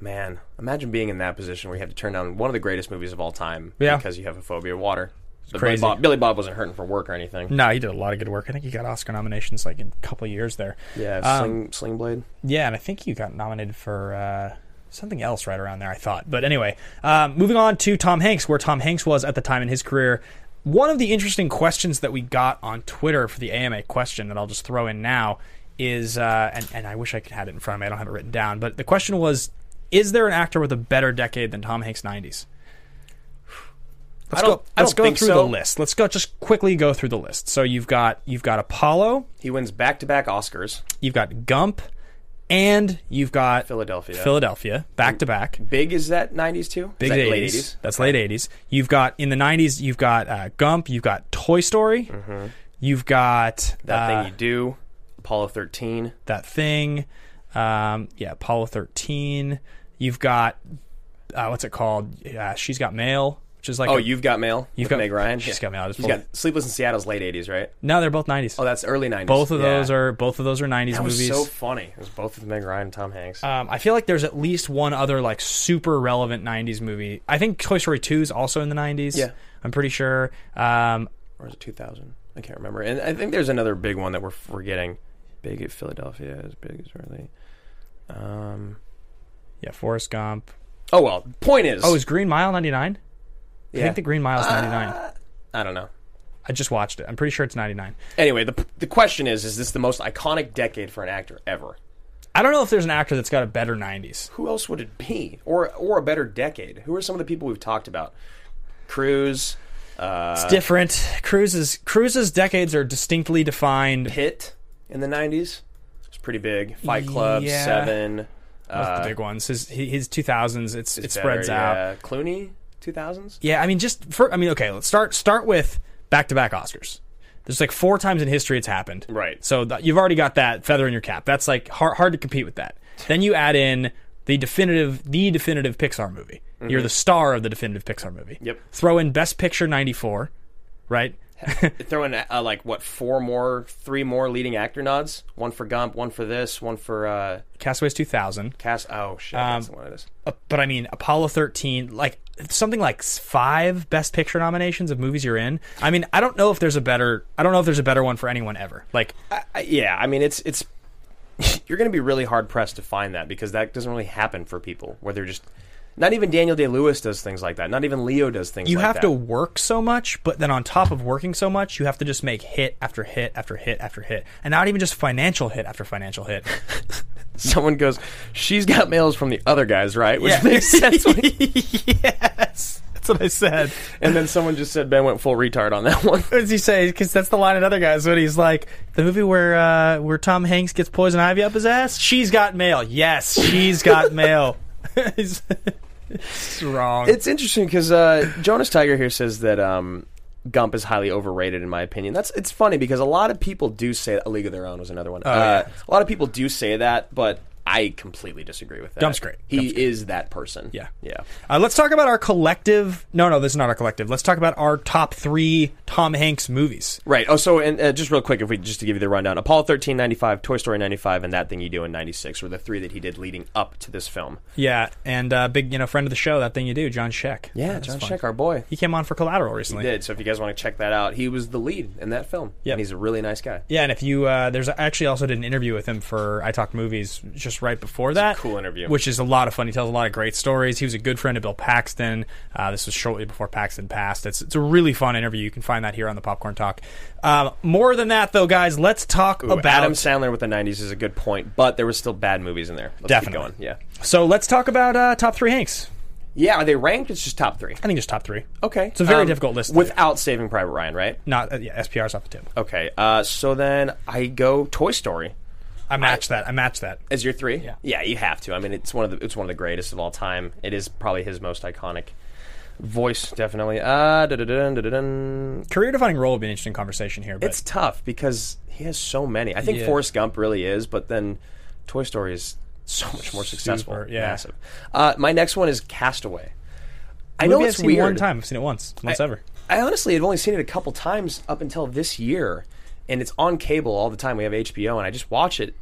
Speaker 3: man, imagine being in that position where you have to turn down one of the greatest movies of all time
Speaker 1: Yeah.
Speaker 3: because you have a phobia of water. But
Speaker 1: crazy.
Speaker 3: Billy Bob, Billy Bob wasn't hurting for work or anything.
Speaker 1: No, he did a lot of good work. I think he got Oscar nominations like in a couple of years there.
Speaker 3: Yeah,
Speaker 1: Um,
Speaker 3: Sling, Sling Blade.
Speaker 1: Yeah, and I think you got nominated for uh, something else right around there, I thought. But anyway, um, moving on to Tom Hanks, where Tom Hanks was at the time in his career. One of the interesting questions that we got on Twitter for the AMA question that I'll just throw in now is, uh, and, and I wish I could had it in front of me, I don't have it written down, but the question was Is there an actor with a better decade than Tom Hanks' 90s? Let's
Speaker 3: I don't-
Speaker 1: go,
Speaker 3: I
Speaker 1: let's
Speaker 3: don't
Speaker 1: go
Speaker 3: think
Speaker 1: through
Speaker 3: so.
Speaker 1: the list. Let's go just quickly go through the list. So you've got you've got Apollo,
Speaker 3: He wins back to back Oscars.
Speaker 1: you've got Gump, and you've got
Speaker 3: Philadelphia.
Speaker 1: Philadelphia, back to back.
Speaker 3: Big is that '90s too? Is
Speaker 1: Big
Speaker 3: that
Speaker 1: eighties. That's late eighties. You've got in the nineties. You've got uh, Gump. You've got Toy Story. You've got
Speaker 3: Mm-hmm. That
Speaker 1: uh,
Speaker 3: thing you do. Apollo 13.
Speaker 1: that thing. Um, yeah, Apollo thirteen. You've got uh, what's it called? Uh, She's got mail, which is like
Speaker 3: Oh,
Speaker 1: a-
Speaker 3: you've got mail.
Speaker 1: You've
Speaker 3: with
Speaker 1: Got-
Speaker 3: Meg Ryan.
Speaker 1: She's Got Mail. I just
Speaker 3: He's
Speaker 1: pulled-
Speaker 3: got Sleepless in Seattle's late '80s, right?
Speaker 1: no, they're both nineties.
Speaker 3: Oh, that's early '90s.
Speaker 1: both of
Speaker 3: Yeah.
Speaker 1: those are both of those are nineties
Speaker 3: That was
Speaker 1: movies.
Speaker 3: so funny. It was both with Meg Ryan and Tom Hanks.
Speaker 1: Um, I feel like there's at least one other like super relevant '90s movie. I think Toy Story 2 is also in the '90s.
Speaker 3: Yeah.
Speaker 1: I'm pretty sure. Um,
Speaker 3: or was it 2000? I can't remember. And I think there's another big one that we're forgetting. Big at Philadelphia is big as early. Um,
Speaker 1: yeah, Forrest Gump.
Speaker 3: oh well. Point is,
Speaker 1: Oh, is Green Mile '99? I
Speaker 3: yeah, Uh,
Speaker 1: think the Green Mile's '99.
Speaker 3: I don't know.
Speaker 1: I just watched it. I'm pretty sure it's '99.
Speaker 3: Anyway, the the question is, is this the most iconic decade for an actor ever?
Speaker 1: I don't know if there's an actor that's got a better '90s.
Speaker 3: Who else would it be, or or a better decade? Who are some of the people we've talked about? Cruz, Uh,
Speaker 1: It's different. Cruises, Cruises decades are distinctly defined.
Speaker 3: Pitt in the '90s was pretty big. Fight Club,
Speaker 1: Yeah.
Speaker 3: Seven.
Speaker 1: Those are
Speaker 3: uh,
Speaker 1: the big ones. His his 2000s. It's it
Speaker 3: is
Speaker 1: spreads
Speaker 3: better,
Speaker 1: out.
Speaker 3: yeah. Clooney, 2000s.
Speaker 1: Yeah, I mean, just for I mean, okay, let's start start with back to back Oscars. There's like four times in history it's happened.
Speaker 3: Right.
Speaker 1: So th- you've already got that feather in your cap. That's like hard hard to compete with that. Then you add in the definitive the definitive Pixar movie. You're the star of the definitive Pixar movie.
Speaker 3: Mm-hmm. Yep.
Speaker 1: Throw in Best Picture '94, right?
Speaker 3: Throw in uh, like what four more, three more leading actor nods. One for Gump, one for this, one for uh,
Speaker 1: Castaways 2000.
Speaker 3: Cass. Oh shit, that's the one it is.
Speaker 1: Uh, but I mean, Apollo 13, like something like s- five Best Picture nominations of movies you're in. I mean, I don't know if there's a better I don't know if there's a better one for anyone ever. Like
Speaker 3: I, yeah, I mean it's *laughs* it's you're going to be really hard pressed to find that because that doesn't really happen for people where they're just not even Daniel Day Lewis does things like that. Not even Leo does things.
Speaker 1: you
Speaker 3: like
Speaker 1: have
Speaker 3: *laughs* that.
Speaker 1: to work so much, but then on top of working so much, you have to just make hit after hit after hit after hit, and not even just financial hit after financial *laughs* hit.
Speaker 3: Someone goes, she's got mails from the other guys, right? Which
Speaker 1: Yeah. *laughs*
Speaker 3: makes sense. when-
Speaker 1: yes, that's what I said.
Speaker 3: and then someone just said Ben went full retard on that *laughs* one.
Speaker 1: What does he say? Because that's the line in other guys when he's like the movie where uh, where Tom Hanks gets poison ivy up his ass. She's got mail. Yes, she's *laughs* got mail. it's, it's wrong.
Speaker 3: It's interesting because uh, Jonas Tiger here says that um, Gump is highly overrated, in my opinion. That's it's funny because a lot of people do say that. A League of Their Own was another
Speaker 1: Oh,
Speaker 3: one. uh, A lot of people do say that, but I completely disagree with that.
Speaker 1: Gump's great.
Speaker 3: He
Speaker 1: Gump's
Speaker 3: is that person.
Speaker 1: Yeah.
Speaker 3: yeah.
Speaker 1: Uh, let's talk about our collective. No, no, this is not our collective. Let's talk about our top three Tom Hanks movies.
Speaker 3: Right. Oh, so and uh, just real quick, if we just to give you the rundown: Apollo thirteen ninety five, Toy Story ninety five, and that thing you do in ninety six were the three that he did leading up to this film.
Speaker 1: Yeah, and uh, big, you know, friend of the show, that thing you do, John Sheck. That's
Speaker 3: John
Speaker 1: fun.
Speaker 3: Sheck, Uh, our boy.
Speaker 1: He came on for Collateral recently.
Speaker 3: He did. So if you guys want to check that out, he was the lead in that film.
Speaker 1: Yep.
Speaker 3: and he's a really nice guy.
Speaker 1: Yeah, and if you uh, there's I actually also did an interview with him for I Talk Movies just right before that.
Speaker 3: cool interview.
Speaker 1: which is a lot of fun. He tells a lot of great stories. He was a good friend of Bill Paxton. Uh, this was shortly before Paxton passed. It's it's a really fun interview. You can find that here on the Popcorn Talk. Um, more than that, though, guys, let's talk
Speaker 3: Ooh,
Speaker 1: about
Speaker 3: Adam Sandler with the '90s is a good point, but there was still bad movies in there. Let's
Speaker 1: Definitely.
Speaker 3: keep going. Yeah,
Speaker 1: So let's talk about uh, top three Hanks.
Speaker 3: yeah. Are they ranked? It's just top three.
Speaker 1: I think there's top three.
Speaker 3: Okay, Um,
Speaker 1: it's a very difficult list. to do.
Speaker 3: Without Saving Private Ryan, right?
Speaker 1: not uh, yeah, SPR's off the tip.
Speaker 3: Okay, uh, so then I go Toy Story
Speaker 1: I match that. I match that.
Speaker 3: as your three.
Speaker 1: Yeah.
Speaker 3: yeah, you have to. I mean, it's one of the it's one of the greatest of all time. It is probably his most iconic voice, definitely. Uh, da-da-dun, da-da-dun.
Speaker 1: Career defining role would be an interesting conversation here, but
Speaker 3: It's tough because he has so many. I think
Speaker 1: Yeah.
Speaker 3: Forrest Gump really is, but then Toy Story is so much more successful.
Speaker 1: Super, yeah.
Speaker 3: Massive. Uh, my next one is Castaway. I
Speaker 1: Movie
Speaker 3: know
Speaker 1: I've
Speaker 3: it's
Speaker 1: seen
Speaker 3: weird.
Speaker 1: One time I've seen it once, once ever.
Speaker 3: I honestly have only seen it a couple times up until this year, and it's on cable all the time. We have HBO, and I just watch it.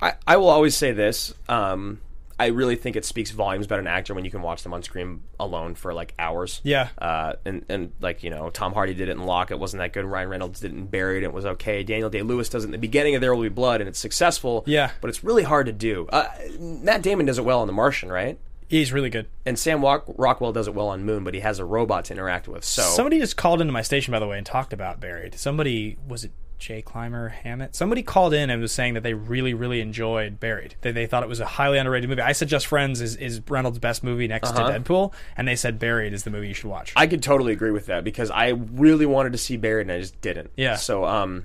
Speaker 3: I, I will always say this. Um, I really think it speaks volumes about an actor when you can watch them on screen alone for like hours.
Speaker 1: Yeah.
Speaker 3: Uh, and and like you know, Tom Hardy did it in Lock. It wasn't that good. Ryan Reynolds did it in Buried. It was okay. Daniel Day Lewis does it in the beginning of There Will Be Blood, and it's successful.
Speaker 1: Yeah.
Speaker 3: But it's really hard to do. Uh, Matt Damon does it well on The Martian, right?
Speaker 1: He's really good.
Speaker 3: And Sam Walk- Rockwell does it well on Moon, but he has a robot to interact with. So
Speaker 1: Somebody just called into my station, by the way, and talked about Buried. Somebody was it Jay Clymer Hammett? Somebody called in and was saying that they really, really enjoyed Buried. They, they thought it was a highly underrated movie. I said Just Friends is, is Reynolds' best movie next to Deadpool, and they said Buried is the movie you should watch.
Speaker 3: Uh-huh. I could totally agree with that because I really wanted to see Barrett and I just didn't.
Speaker 1: Yeah.
Speaker 3: So um,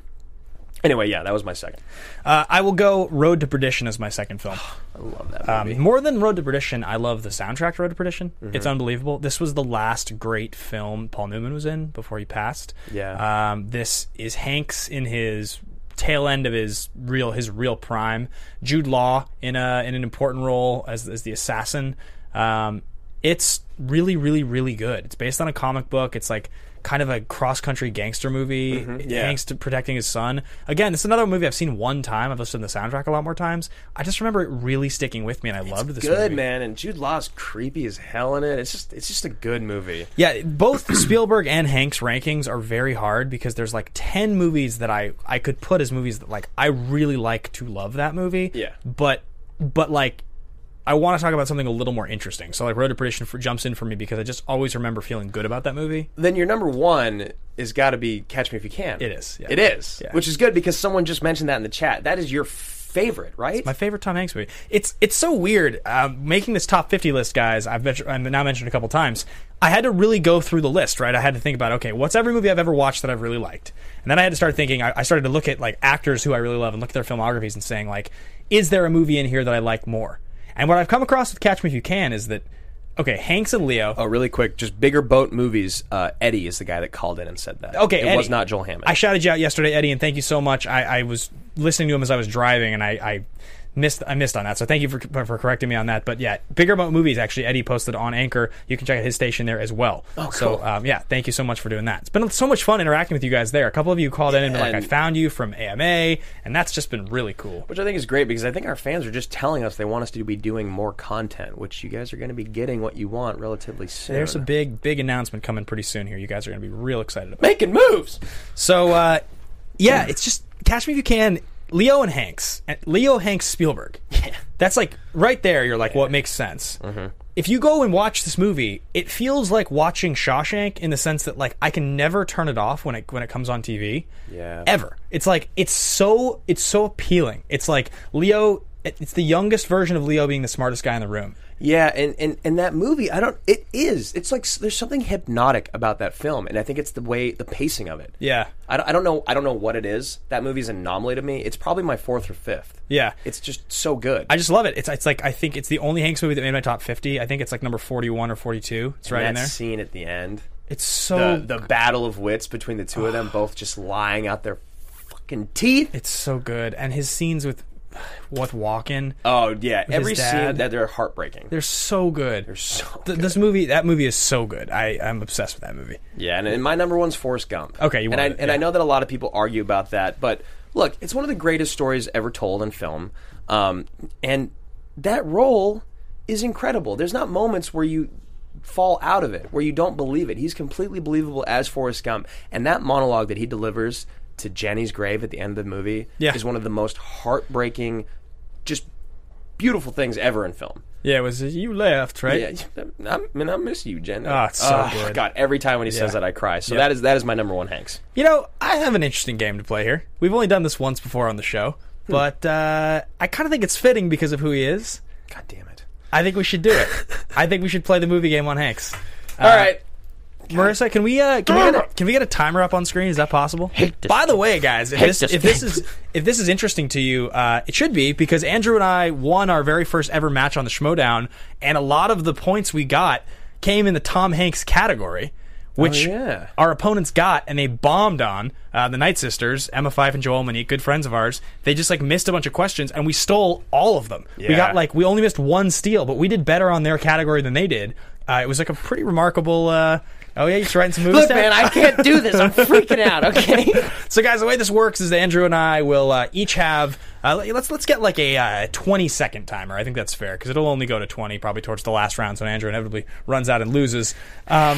Speaker 3: anyway, yeah, that was my second.
Speaker 1: uh, I will go Road to Perdition as my second
Speaker 3: *sighs*
Speaker 1: film.
Speaker 3: I love that
Speaker 1: Um, more than Road to Perdition, I love the soundtrack to Road to Perdition.
Speaker 3: Mm-hmm.
Speaker 1: It's unbelievable. This was the last great film Paul Newman was in before he passed.
Speaker 3: Yeah.
Speaker 1: Um, this is Hanks in his tail end of his real his real prime. Jude Law in a in an important role as as the assassin. Um, it's really really really good. It's based on a comic book. It's like kind of a cross country gangster movie. Hanks to protecting his son. Again, it's another movie I've seen one time. I've listened to the soundtrack a lot more times. I just remember it really sticking with me, and I loved this.
Speaker 3: Good
Speaker 1: movie.
Speaker 3: man, and Jude Law's creepy as hell in it. It's just it's just a good movie.
Speaker 1: Yeah, both *clears throat* Spielberg and Hanks rankings are very hard because there's like 10 movies that I I could put as movies that like I really like to love that movie.
Speaker 3: Yeah.
Speaker 1: But but like I want to talk about something a little more interesting. So like Road to Perdition for, jumps in for me because I just always remember feeling good about that movie.
Speaker 3: Then your number one is got to be Catch Me If You Can.
Speaker 1: It is, yeah.
Speaker 3: It is.
Speaker 1: Yeah.
Speaker 3: Which is good because someone just mentioned that in the chat. That is your favorite, right?
Speaker 1: My favorite Tom Hanks movie. It's it's so weird um, making this top fifty list, guys. I've bet- I've now mentioned a couple times. I had to really go through the list, right? I had to think about okay, what's every movie I've ever watched that I've really liked, and then I had to start thinking. I, I started to look at like actors who I really love and look at their filmographies and saying like, is there a movie in here that I like more? And what I've come across with Catch Me If You Can is that okay, Hanks and Leo.
Speaker 3: Oh, really quick, just bigger boat movies. Uh, Eddie is the guy that called in and said that.
Speaker 1: Okay,
Speaker 3: it
Speaker 1: Eddie.
Speaker 3: was not Joel Hammond.
Speaker 1: I shouted you out yesterday, Eddie, and thank you so much. I, I was listening to him as I was driving, and I, I missed I missed on that. So thank you for for correcting me on that. But yeah, bigger about movies. Actually, Eddie posted on Anchor. You can check out his station there as well. Oh, cool. So um, yeah, thank you so much for doing that. It's been so much fun interacting with you guys there. A couple of you called in and been like, I
Speaker 3: and-
Speaker 1: found you from AMA, and that's just been really cool.
Speaker 3: which I think is great because I think our fans are just telling us they want us to be doing more content, which you guys are going to be getting what you want relatively soon.
Speaker 1: There's a big big announcement coming pretty soon here. You guys are going to be real excited about.
Speaker 3: making moves.
Speaker 1: So uh, yeah, it's just Catch Me If You Can, Leo and Hanks, and Leo Hanks Spielberg. Yeah, that's like right there. You're like, well, it makes sense.
Speaker 3: Mm-hmm.
Speaker 1: If you go and watch this movie, it feels like watching Shawshank in the sense that like I can never turn it off when it when it comes on TV.
Speaker 3: Yeah.
Speaker 1: ever. It's like it's so it's so appealing. It's like Leo. it- It's the youngest version of Leo being the smartest guy in the room.
Speaker 3: Yeah, and, and and that movie, I don't. It is. It's like s- there's something hypnotic about that film, and I think it's the way the pacing of it.
Speaker 1: Yeah.
Speaker 3: I don't, I don't know. I don't know what it is. That movie's an anomaly to me. It's probably my fourth or fifth.
Speaker 1: Yeah.
Speaker 3: it's just so good.
Speaker 1: I just love it. It's it's like I think it's the only Hanks movie that made my top fifty. I think it's like number forty one or forty two. It's right
Speaker 3: that
Speaker 1: in there. Oh,
Speaker 3: scene at the end,
Speaker 1: It's so
Speaker 3: the, the battle of wits between the two
Speaker 1: *sighs*
Speaker 3: of them, both just lying out their fucking teeth.
Speaker 1: It's so good, and his scenes with with Walken,
Speaker 3: Oh yeah, every
Speaker 1: dad.
Speaker 3: scene that they're heartbreaking.
Speaker 1: they're so good. They're
Speaker 3: so
Speaker 1: This movie, that movie is so good. I I'm obsessed with that movie.
Speaker 3: Yeah, and, and my number one's Forrest Gump.
Speaker 1: Okay, you
Speaker 3: and I
Speaker 1: want it,
Speaker 3: and I
Speaker 1: yeah.
Speaker 3: know that a lot of people argue about that, but look, it's one of the greatest stories ever told in film, um, and that role is incredible. There's not moments where you fall out of it, where you don't believe it. He's completely believable as Forrest Gump, and that monologue that he delivers to Jenny's grave at the end of the movie
Speaker 1: Yeah.
Speaker 3: is one of the most heartbreaking, just beautiful things ever in film.
Speaker 1: Yeah, it was you left right.
Speaker 3: Yeah, I Ah, mean, I miss you, Jen.
Speaker 1: Oh, it's so good.
Speaker 3: God, every time when he
Speaker 1: Yeah.
Speaker 3: says that, I cry. So
Speaker 1: Yep.
Speaker 3: that is that is my number one, Hanks.
Speaker 1: You know, I have an interesting game to play here. We've only done this once before on the show,
Speaker 3: Hmm.
Speaker 1: but uh, I kind of think it's fitting because of who he is.
Speaker 3: God damn it!
Speaker 1: I think we should do it.
Speaker 3: *laughs*
Speaker 1: I think we should play the movie game on Hanks.
Speaker 3: All right,
Speaker 1: Marissa, can we uh, can we get a, can we get a timer up on screen? Is that possible? By the way, guys, if this,
Speaker 3: this
Speaker 1: if this is if this is interesting to you, uh, it should be because Andrew and I won our very first ever match on the Schmodown, and a lot of the points we got came in the Tom Hanks category, which
Speaker 3: Oh, yeah.
Speaker 1: our opponents got and they bombed on uh, the Night Sisters, Emma Five and Joel Monique, good friends of ours. They just like missed a bunch of questions and we stole all of them. We
Speaker 3: Yeah.
Speaker 1: got like we only missed one steal, but we did better on their category than they did. Uh, it was like a pretty remarkable. Uh, oh yeah, you should write some movies.
Speaker 3: Look,
Speaker 1: down.
Speaker 3: man, I can't do this. I'm freaking out. Okay.
Speaker 1: So, guys, the way this works is that Andrew and I will uh, each have uh, le- let's let's get like a uh, twenty second timer. I think that's fair because it'll only go to twenty probably towards the last round. So Andrew inevitably runs out and loses. Um,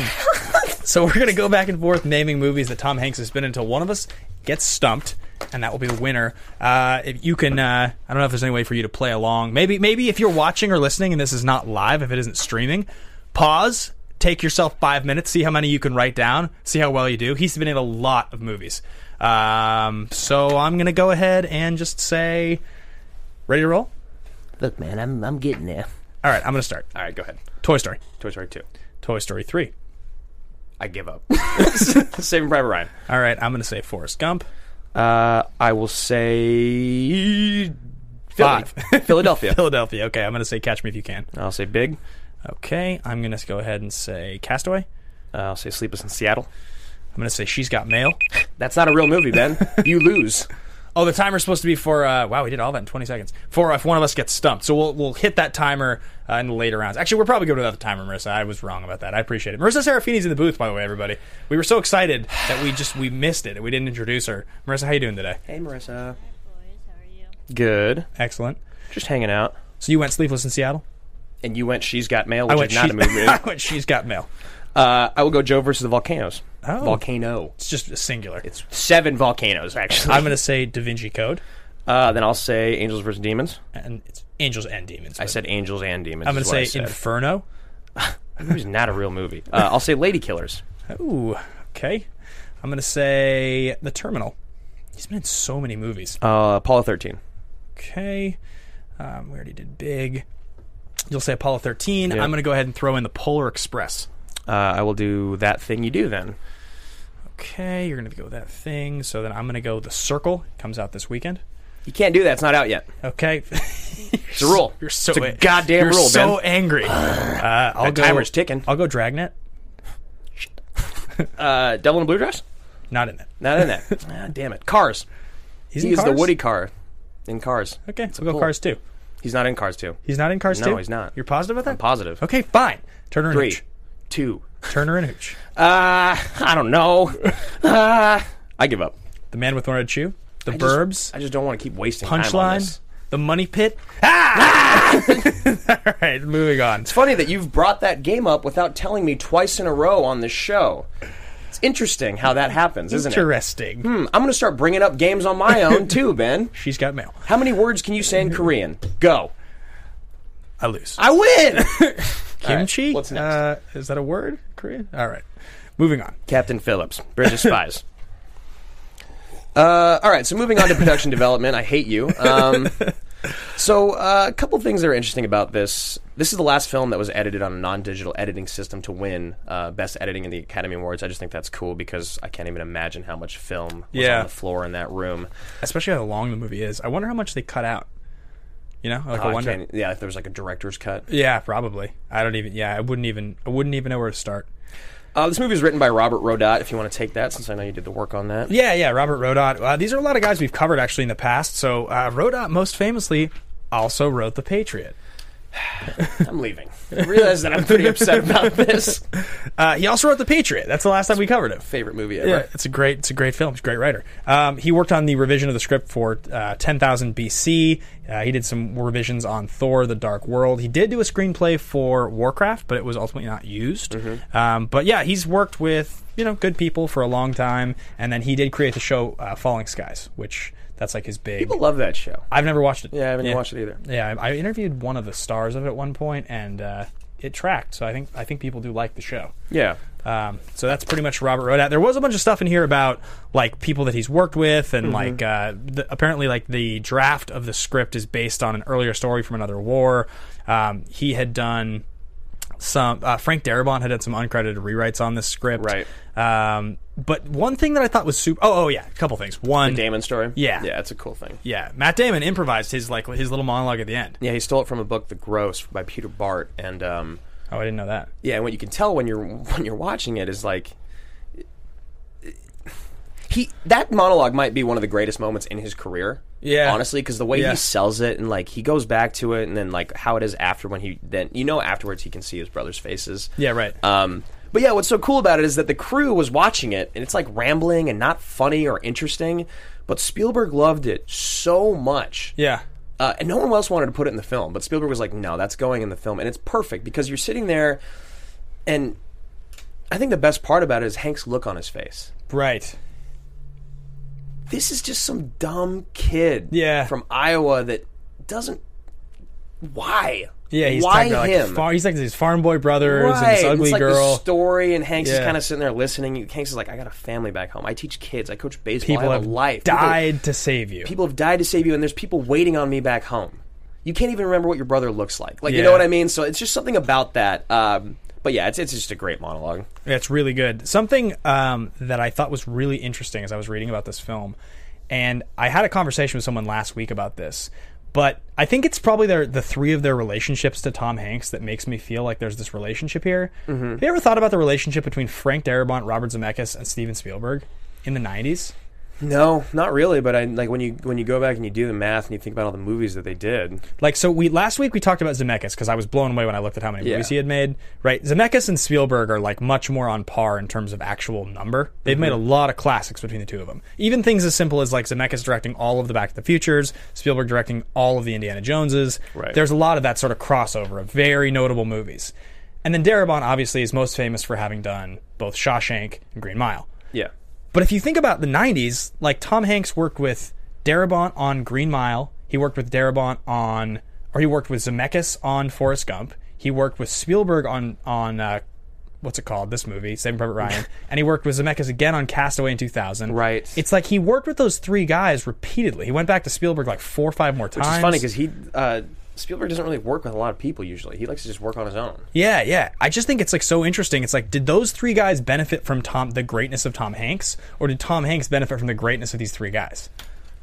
Speaker 1: so we're gonna go back and forth naming movies that Tom Hanks has been in until one of us gets stumped. And that will be the winner. Uh, if you can, uh, I don't know if there's any way for you to play along. Maybe, maybe if you're watching or listening, and this is not live, if it isn't streaming, pause, take yourself five minutes, see how many you can write down, see how well you do. He's been in a lot of movies. Um, so I'm going to go ahead and just say, ready to roll?
Speaker 3: Look, man, I'm I'm getting there.
Speaker 1: All right, I'm going to start.
Speaker 3: All right, go ahead.
Speaker 1: Toy Story,
Speaker 3: Toy Story 2.
Speaker 1: Toy Story 3.
Speaker 3: I give up. *laughs* Saving Private Ryan.
Speaker 1: All right, I'm going to say Forrest Gump.
Speaker 3: Uh, I will say Philly.
Speaker 1: Five.
Speaker 3: *laughs*
Speaker 1: *laughs*
Speaker 3: Philadelphia.
Speaker 1: Philadelphia. Okay, I'm going to say Catch Me If You Can.
Speaker 3: I'll say Big.
Speaker 1: Okay, I'm going to go ahead and say Castaway.
Speaker 3: Uh, I'll say Sleepless in Seattle.
Speaker 1: I'm going to say She's Got Mail.
Speaker 3: That's not a real movie, *laughs* Ben. you lose.
Speaker 1: *laughs* Oh, the timer's supposed to be for uh, wow. We did all that in 20 seconds. For if one of us gets stumped, so we'll we'll hit that timer uh, in the later rounds. Actually, we're probably going without the timer, Marissa. I was wrong about that. I appreciate it. Marissa Serafini's in the booth, by the way, everybody. We were so excited *sighs* that we just we missed it. and We didn't introduce her. Marissa, how you doing today?
Speaker 3: Hey, Marissa. Good.
Speaker 1: Excellent.
Speaker 3: Just hanging out.
Speaker 1: So you went sleepless in Seattle.
Speaker 3: And you went She's Got Mail,
Speaker 1: I went.
Speaker 3: which is not
Speaker 1: she's,
Speaker 3: a
Speaker 1: *laughs*
Speaker 3: movie. *laughs*
Speaker 1: I went. She's got mail.
Speaker 3: uh, I will go Joe versus the Volcanoes.
Speaker 1: Oh.
Speaker 3: Volcano.
Speaker 1: It's just a singular.
Speaker 3: It's seven volcanoes, actually.
Speaker 1: I'm going to say Da Vinci Code,
Speaker 3: *laughs* uh, then I'll say Angels versus Demons.
Speaker 1: and it's angels and demons.
Speaker 3: I
Speaker 1: but
Speaker 3: said Angels and Demons.
Speaker 1: I'm going
Speaker 3: is
Speaker 1: to
Speaker 3: what
Speaker 1: say
Speaker 3: I said. *laughs*
Speaker 1: Inferno.
Speaker 3: That movie's not a real movie. Uh, I'll say Lady Killers.
Speaker 1: Ooh, okay. I'm gonna say The Terminal. He's been in so many movies.
Speaker 3: Uh, Apollo 13.
Speaker 1: Okay, um, we already did Big. You'll say Apollo 13.
Speaker 3: Yeah.
Speaker 1: I'm gonna go ahead and throw in the Polar Express.
Speaker 3: Uh, I will do That Thing You Do then.
Speaker 1: Okay, you're gonna go with that thing. So then I'm gonna go The Circle. Comes out this weekend.
Speaker 3: You can't do that. It's not out yet.
Speaker 1: Okay, *laughs* it's
Speaker 3: a rule.
Speaker 1: You're so
Speaker 3: It's a
Speaker 1: a-
Speaker 3: goddamn
Speaker 1: you're
Speaker 3: rule,
Speaker 1: So
Speaker 3: Ben. *sighs*
Speaker 1: angry. Uh, I'll
Speaker 3: That
Speaker 1: go.
Speaker 3: timer's ticking.
Speaker 1: I'll go Dragnet.
Speaker 3: Uh, Devil in a Blue Dress?
Speaker 1: Not in it.
Speaker 3: Not
Speaker 1: *laughs*
Speaker 3: in that. ah, damn it. Cars.
Speaker 1: He's
Speaker 3: He
Speaker 1: in
Speaker 3: is the
Speaker 1: Cars?
Speaker 3: Woody car in Cars.
Speaker 1: Okay, so
Speaker 3: a
Speaker 1: we'll go
Speaker 3: pull.
Speaker 1: Cars too.
Speaker 3: He's not in Cars 2.
Speaker 1: He's not in Cars
Speaker 3: No,
Speaker 1: too.
Speaker 3: he's not.
Speaker 1: You're positive about that?
Speaker 3: I'm positive.
Speaker 1: Okay, fine. Turner and
Speaker 3: Three,
Speaker 1: Hooch.
Speaker 3: two.
Speaker 1: Turner and Hooch.
Speaker 3: Uh, I
Speaker 1: *laughs*
Speaker 3: don't know. Uh, I give up.
Speaker 1: The Man with One Red Shoe, The
Speaker 3: I just-
Speaker 1: Burbs,
Speaker 3: I just don't want to keep wasting time on
Speaker 1: Punchline,
Speaker 3: this.
Speaker 1: The Money Pit.
Speaker 3: *laughs*
Speaker 1: Ah! *laughs* All right, moving on.
Speaker 3: It's funny that you've brought that game up without telling me twice in a row on this show. It's interesting how that happens, isn't it?
Speaker 1: Interesting.
Speaker 3: Hmm, I'm going to start bringing up games on my own too, Ben.
Speaker 1: She's got mail.
Speaker 3: How many words can you say in Korean? Go.
Speaker 1: I lose.
Speaker 3: I win.
Speaker 1: Kimchi.
Speaker 3: what's next?
Speaker 1: Uh, is that a word? Korean. All right, moving on.
Speaker 3: Captain Phillips,
Speaker 1: *laughs*
Speaker 3: British spies. Uh, all right, so moving on to production development. I hate you.
Speaker 1: *laughs*
Speaker 3: Um, so, uh, a couple things that are interesting about this. This is the last film that was edited on a non digital editing system to win uh, Best Editing in the Academy Awards. I just think that's cool because I can't even imagine how much film was
Speaker 1: Yeah.
Speaker 3: on the floor in that room.
Speaker 1: Especially how long the movie is. I wonder how much they cut out. You know, like I
Speaker 3: Uh,
Speaker 1: wonder.
Speaker 3: can- yeah, if there was like a director's cut.
Speaker 1: Yeah, probably. I don't even. Yeah, I wouldn't even. I wouldn't even know where to start.
Speaker 3: Uh, this movie was written by Robert Rodot, if you want to take that, since I know you did the work on that.
Speaker 1: Yeah, yeah, Robert Rodot. Uh, these are a lot of guys we've covered actually in the past. So uh, Rodot, most famously, also wrote The Patriot.
Speaker 3: I'm leaving. I realize that I'm pretty upset
Speaker 1: *laughs*
Speaker 3: about this.
Speaker 1: Uh, he also wrote The Patriot. That's the last time we covered him.
Speaker 3: Favorite movie ever.
Speaker 1: Yeah, it's a great, it's a great film. He's a great writer. Um, he worked on the revision of the script for uh, 10,000 BC. Uh, he did some revisions on Thor: The Dark World. He did do a screenplay for Warcraft, but it was ultimately not used.
Speaker 3: Mm-hmm.
Speaker 1: Um, but yeah, he's worked with you know good people for a long time, and then he did create the show uh, Falling Skies, which that's like his big.
Speaker 3: People love that show.
Speaker 1: I've never watched it.
Speaker 3: Yeah, I haven't watched it either.
Speaker 1: Yeah, I, I interviewed one of the stars of it at one point, and uh, it tracked. So I think I think people do like the show.
Speaker 3: Yeah.
Speaker 1: Um, so that's pretty much Robert Rodat. There was a bunch of stuff in here about like people that he's worked with,
Speaker 3: Mm-hmm.
Speaker 1: and like uh, the, apparently like the draft of the script is based on an earlier story from another war. Um, he had done some uh, Frank Darabont had done some uncredited rewrites on this script,
Speaker 3: Right.
Speaker 1: Um, but one thing that I thought was super. Oh, oh yeah, a couple things. One,
Speaker 3: Damon story.
Speaker 1: Yeah.
Speaker 3: Yeah, that's a cool thing.
Speaker 1: yeah, Matt Damon improvised his like his little monologue at the end.
Speaker 3: Yeah, he stole it from a book, The Gross, by Peter Bart, and um,
Speaker 1: Oh, I didn't know that.
Speaker 3: *laughs* yeah, and what you can tell when you're when you're watching it is like he that monologue might be one of the greatest moments in his career.
Speaker 1: Yeah.
Speaker 3: honestly, because the way
Speaker 1: Yeah.
Speaker 3: he sells it and like he goes back to it, and then like how it is after when he then you know afterwards he can see his brother's faces.
Speaker 1: Yeah, right.
Speaker 3: Um, but yeah, what's so cool about it is that the crew was watching it, and it's like rambling and not funny or interesting. But Spielberg loved it so much.
Speaker 1: Yeah.
Speaker 3: Uh, and no one else wanted to put it in the film, but Spielberg was like, "No, that's going in the film," and it's perfect because you're sitting there, and I think the best part about it is Hank's look on his face.
Speaker 1: Right.
Speaker 3: This is just some dumb kid,
Speaker 1: Yeah.
Speaker 3: from Iowa that doesn't. Why?
Speaker 1: Yeah, he's
Speaker 3: why
Speaker 1: talking about
Speaker 3: him?
Speaker 1: like far, he's like these farm boy brothers
Speaker 3: right.
Speaker 1: and this
Speaker 3: and
Speaker 1: ugly
Speaker 3: it's like this
Speaker 1: girl.
Speaker 3: story, and Hanks is
Speaker 1: Yeah.
Speaker 3: kind of sitting there listening. Hanks is like, "I got a family back home. I teach kids. I coach baseball.
Speaker 1: People
Speaker 3: I
Speaker 1: have
Speaker 3: have, a life. People-
Speaker 1: died to save you.
Speaker 3: people have died to save you, and there's people waiting on me back home. You can't even remember what your brother looks like. Like you
Speaker 1: Yeah.
Speaker 3: know what I mean? So it's just something about that. Um, but yeah, it's it's just a great monologue.
Speaker 1: It's really good. Something um, that I thought was really interesting as I was reading about this film, and I had a conversation with someone last week about this. But I think it's probably their the three of their relationships to Tom Hanks that makes me feel like there's this relationship here.
Speaker 3: Mm-hmm.
Speaker 1: Have you ever thought about the relationship between Frank Darabont, Robert Zemeckis, and Steven Spielberg in the '90s?
Speaker 3: No, not really. But I like when you when you go back and you do the math and you think about all the movies that they did.
Speaker 1: Like so, we last week we talked about Zemeckis because I was blown away when I looked at how many
Speaker 3: Yeah.
Speaker 1: movies he had made. Right, Zemeckis and Spielberg are like much more on par in terms of actual number. They've made a
Speaker 3: Mm-hmm.
Speaker 1: lot of classics between the two of them. Even things as simple as like Zemeckis directing all of the Back to the Futures, Spielberg directing all of the Indiana Joneses.
Speaker 3: Right.
Speaker 1: There's a lot of that sort of crossover of very notable movies. And then Darabont obviously is most famous for having done both Shawshank and Green Mile.
Speaker 3: Yeah,
Speaker 1: But if you think about the 90s, like Tom Hanks worked with Darabont on Green Mile, he worked with Darabont on, or he worked with Zemeckis on Forrest Gump, he worked with Spielberg on, on uh, what's it called, this movie, Saving
Speaker 3: *laughs*
Speaker 1: Private Ryan, and he worked with Zemeckis again on Castaway in 2000.
Speaker 3: Right.
Speaker 1: It's like he worked with those three guys repeatedly. He went back to Spielberg like four or five more times.
Speaker 3: which is funny because he uh, Spielberg doesn't really work with a lot of people usually. He likes to just work on his own.
Speaker 1: Yeah, yeah. I just think it's like so interesting. It's like, did those three guys benefit from Tom the greatness of Tom Hanks, or did Tom Hanks benefit from the greatness of these three guys?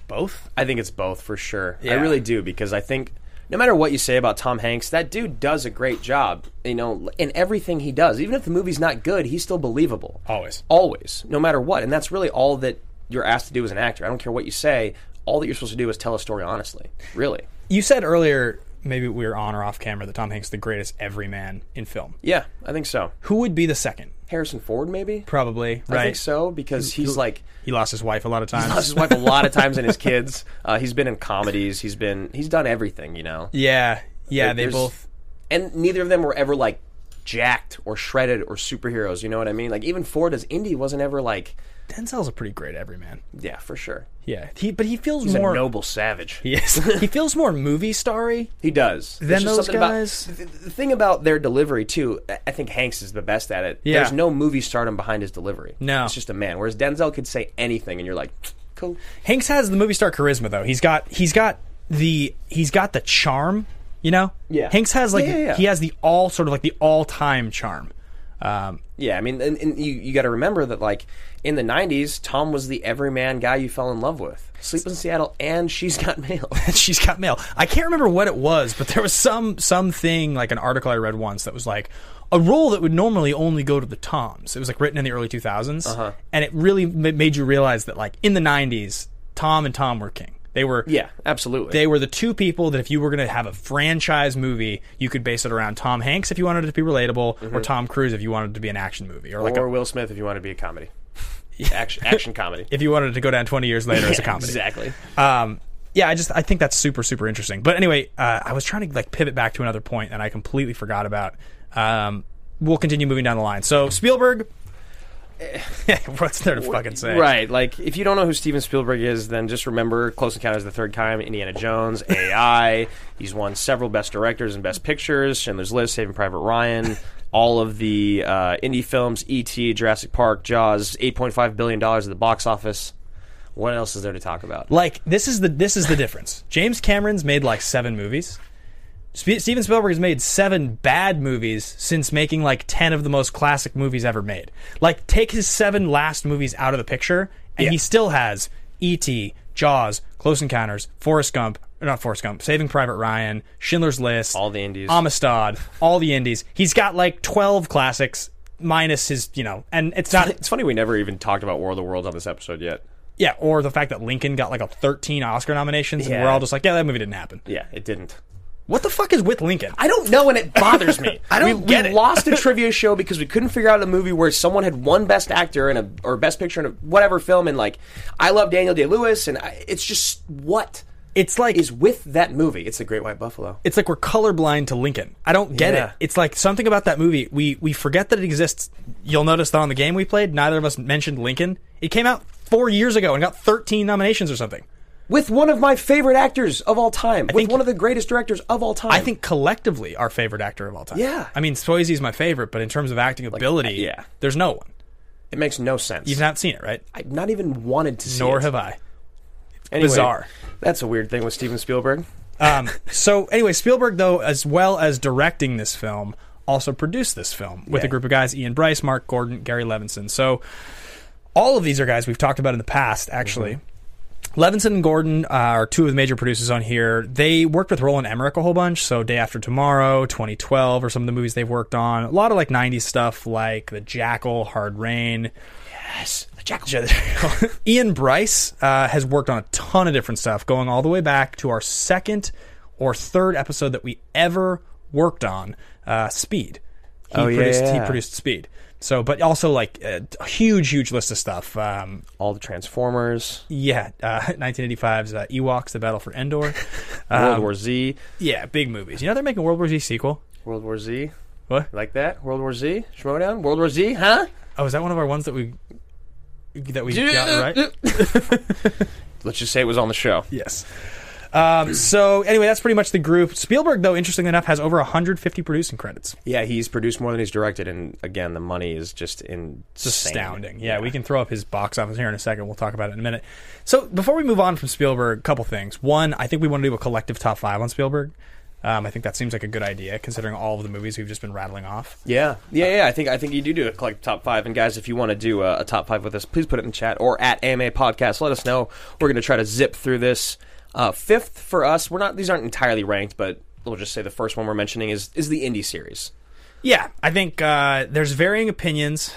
Speaker 1: Both.
Speaker 3: I think it's both for sure.
Speaker 1: Yeah.
Speaker 3: I really do because I think no matter what you say about Tom Hanks, that dude does a great job. You know, in everything he does, even if the movie's not good, he's still believable.
Speaker 1: Always.
Speaker 3: always, no matter what. And that's really all that you're asked to do as an actor. I don't care what you say. All that you're supposed to do is tell a story honestly. Really.
Speaker 1: You said earlier, maybe we were on or off camera, that Tom Hanks is the greatest everyman in film.
Speaker 3: Yeah, I think so.
Speaker 1: Who would be the second?
Speaker 3: Harrison Ford, maybe.
Speaker 1: Probably.
Speaker 3: I
Speaker 1: Right.
Speaker 3: think so because he's like
Speaker 1: He lost his wife a lot of times.
Speaker 3: he's lost his wife a lot of times and his kids. Uh, he's been in comedies. He's been he's done everything. You know.
Speaker 1: *laughs* Yeah. Yeah.
Speaker 3: Like,
Speaker 1: They
Speaker 3: there's-
Speaker 1: both.
Speaker 3: and neither of them were ever like jacked or shredded or superheroes. You know what I mean? Like even Ford as Indy wasn't ever like
Speaker 1: Denzel's a pretty great everyman.
Speaker 3: yeah for sure.
Speaker 1: Yeah. He, but he feels
Speaker 3: He's
Speaker 1: more.
Speaker 3: a noble savage.
Speaker 1: *laughs*
Speaker 3: He, *laughs*
Speaker 1: Yes. he feels more movie starry.
Speaker 3: does.
Speaker 1: Then
Speaker 3: There's just
Speaker 1: those
Speaker 3: something about-
Speaker 1: guys-
Speaker 3: th- th- the thing about their delivery too. I- I think Hanks is the best at it.
Speaker 1: Yeah.
Speaker 3: There's no movie stardom behind his delivery.
Speaker 1: No.
Speaker 3: it's just a man. Whereas Denzel could say anything, and you're like, cool.
Speaker 1: Hanks has the movie star charisma though. He's got he's got the he's got the charm, you know.
Speaker 3: Yeah.
Speaker 1: Hanks has like
Speaker 3: Yeah, yeah, yeah.
Speaker 1: he has the all sort of like the all time charm. Um,
Speaker 3: Yeah, I mean, and, and you you got to remember that like in the '90s, Tom was the everyman guy you fell in love with. Sleep in Seattle, and she's got mail. *laughs*
Speaker 1: *laughs* she's got mail. I can't remember what it was, but there was some something like an article I read once that was like a role that would normally only go to the Toms. It was like written in the early 2000s,
Speaker 3: Uh-huh.
Speaker 1: and it really ma- made you realize that like in the 90s, Tom and Tom were king. They were
Speaker 3: yeah, absolutely.
Speaker 1: They were the two people that if you were going to have a franchise movie, you could base it around Tom Hanks if you wanted it to be relatable, or Tom Cruise if you wanted it to be an action movie, or like
Speaker 3: Mm-hmm. or
Speaker 1: a,
Speaker 3: Will Smith if you want to be
Speaker 1: *laughs*
Speaker 3: a comedy, action, action comedy.
Speaker 1: if you wanted it to go down twenty years later
Speaker 3: *laughs*
Speaker 1: as a comedy.
Speaker 3: Exactly.
Speaker 1: Um, yeah, I just I think that's super super interesting. But anyway, uh, I was trying to like pivot back to another point and I completely forgot about. Um, we'll continue moving down the line. So Spielberg. *laughs* What's there to fucking say?
Speaker 3: Right. Like, if you don't know who Steven Spielberg is, then just remember Close Encounters of the Third Kind, Indiana Jones, *laughs* AI. He's won several Best Directors and Best Pictures, Schindler's List, Saving Private Ryan, *laughs* all of the uh, indie films, E.T., Jurassic Park, Jaws, $8.5 billion at the box office. What else is there to talk about?
Speaker 1: Like this is the this is the difference. James Cameron's made like seven movies. Sp- Steven Spielberg has made seven bad movies since making like ten of the most classic movies ever made. Like take his seven last movies out of the picture, and he still has E.T., Jaws, Close Encounters, Forrest Gump, or not Forrest Gump, Saving Private Ryan, Schindler's List, Um,
Speaker 3: All the indies.
Speaker 1: Amistad, all the indies. He's got like twelve classics. minus his, you know, and it's
Speaker 3: *laughs*
Speaker 1: not
Speaker 3: It's funny we never even talked about War of the Worlds on this episode yet.
Speaker 1: yeah, or the fact that Lincoln got like a 13 Oscar nominations and
Speaker 3: Yeah.
Speaker 1: we're all just like, yeah, that movie didn't happen.
Speaker 3: Yeah, it didn't.
Speaker 1: What the fuck is with Lincoln?
Speaker 3: I don't know, and it bothers me.
Speaker 1: *laughs* I don't
Speaker 3: We,
Speaker 1: get
Speaker 3: we
Speaker 1: it.
Speaker 3: lost a trivia show because we couldn't figure out a movie where someone had won Best Actor and a or Best Picture in a whatever film, and like I love Daniel Day Lewis, and I, it's just what
Speaker 1: It's like
Speaker 3: is with that movie. It's the Great White Buffalo.
Speaker 1: it's like we're colorblind to Lincoln. I don't get
Speaker 3: Yeah.
Speaker 1: it. It's like something about that movie. We we forget that it exists. You'll notice that on the game we played, neither of us mentioned Lincoln. It came out four years ago and got 13 nominations or something.
Speaker 3: with one of my favorite actors of all time, with
Speaker 1: think-
Speaker 3: one of the greatest directors of all time.
Speaker 1: I think collectively our favorite actor of all time.
Speaker 3: Yeah.
Speaker 1: I mean, Swayze's my favorite, but in terms of acting ability,
Speaker 3: yeah.
Speaker 1: there's no one.
Speaker 3: it makes no sense.
Speaker 1: You've not seen it, right?
Speaker 3: I've not even wanted to see.
Speaker 1: Nor
Speaker 3: it.
Speaker 1: have I.
Speaker 3: Anyway,
Speaker 1: Bizarre.
Speaker 3: That's a weird thing with Steven Spielberg.
Speaker 1: Um, so anyway, Spielberg, though, as well as directing this film, also produced this film with a
Speaker 3: Yeah.
Speaker 1: group of guys: Ian Bryce, Mark Gordon, Gary Levinson. So all of these are guys we've talked about in the past, actually. Levinson and Gordon uh, are two of the major producers on here. They worked with Roland Emmerich a whole bunch, so Day After Tomorrow, 2012, or some of the movies they've worked on. A lot of like 90s stuff, like The Jackal, Hard Rain. *laughs* Ian Bryce uh, has worked on a ton of different stuff, going all the way back to our second or third episode that we ever worked on, uh, Speed. He
Speaker 3: Oh, yeah,
Speaker 1: produced, He
Speaker 3: yeah.
Speaker 1: produced Speed. So, but also like a a huge, huge list of stuff. Um,
Speaker 3: All the Transformers,
Speaker 1: yeah, uh, *laughs* 1985's uh, Ewoks: The Battle for Endor. Um,
Speaker 3: World War Z,
Speaker 1: yeah, big movies. You know they're making a World War Z sequel.
Speaker 3: World War Z.
Speaker 1: What?
Speaker 3: Like that? World War Z? Schmodown? World War Z? Huh?
Speaker 1: Oh, is that one of our ones that we that we got right?
Speaker 3: Let's just say it was on the show.
Speaker 1: Yes. Um, so anyway, that's pretty much the group. Spielberg, though, interestingly enough, has over 150 producing credits.
Speaker 3: Yeah, he's produced more than he's directed, and again, the money is just insane.
Speaker 1: It's astounding. Yeah, we can throw up his box office here in a second. We'll talk about it in a minute. So before we move on from Spielberg, a couple things. One, I think we want to do a collective top five on Spielberg. Um, I think that seems like a good idea considering all of the movies we've just been rattling off.
Speaker 3: Yeah, yeah, yeah. I think I think you do do a collect top five. And guys, if you want to do a, a top five with us, please put it in the chat or at AMA Podcast. Let us know. We're going to try to zip through this. Uh, fifth for us, we're not. These aren't entirely ranked, but we'll just say the first one we're mentioning is is the indie series.
Speaker 1: Yeah, I think uh, there's varying opinions.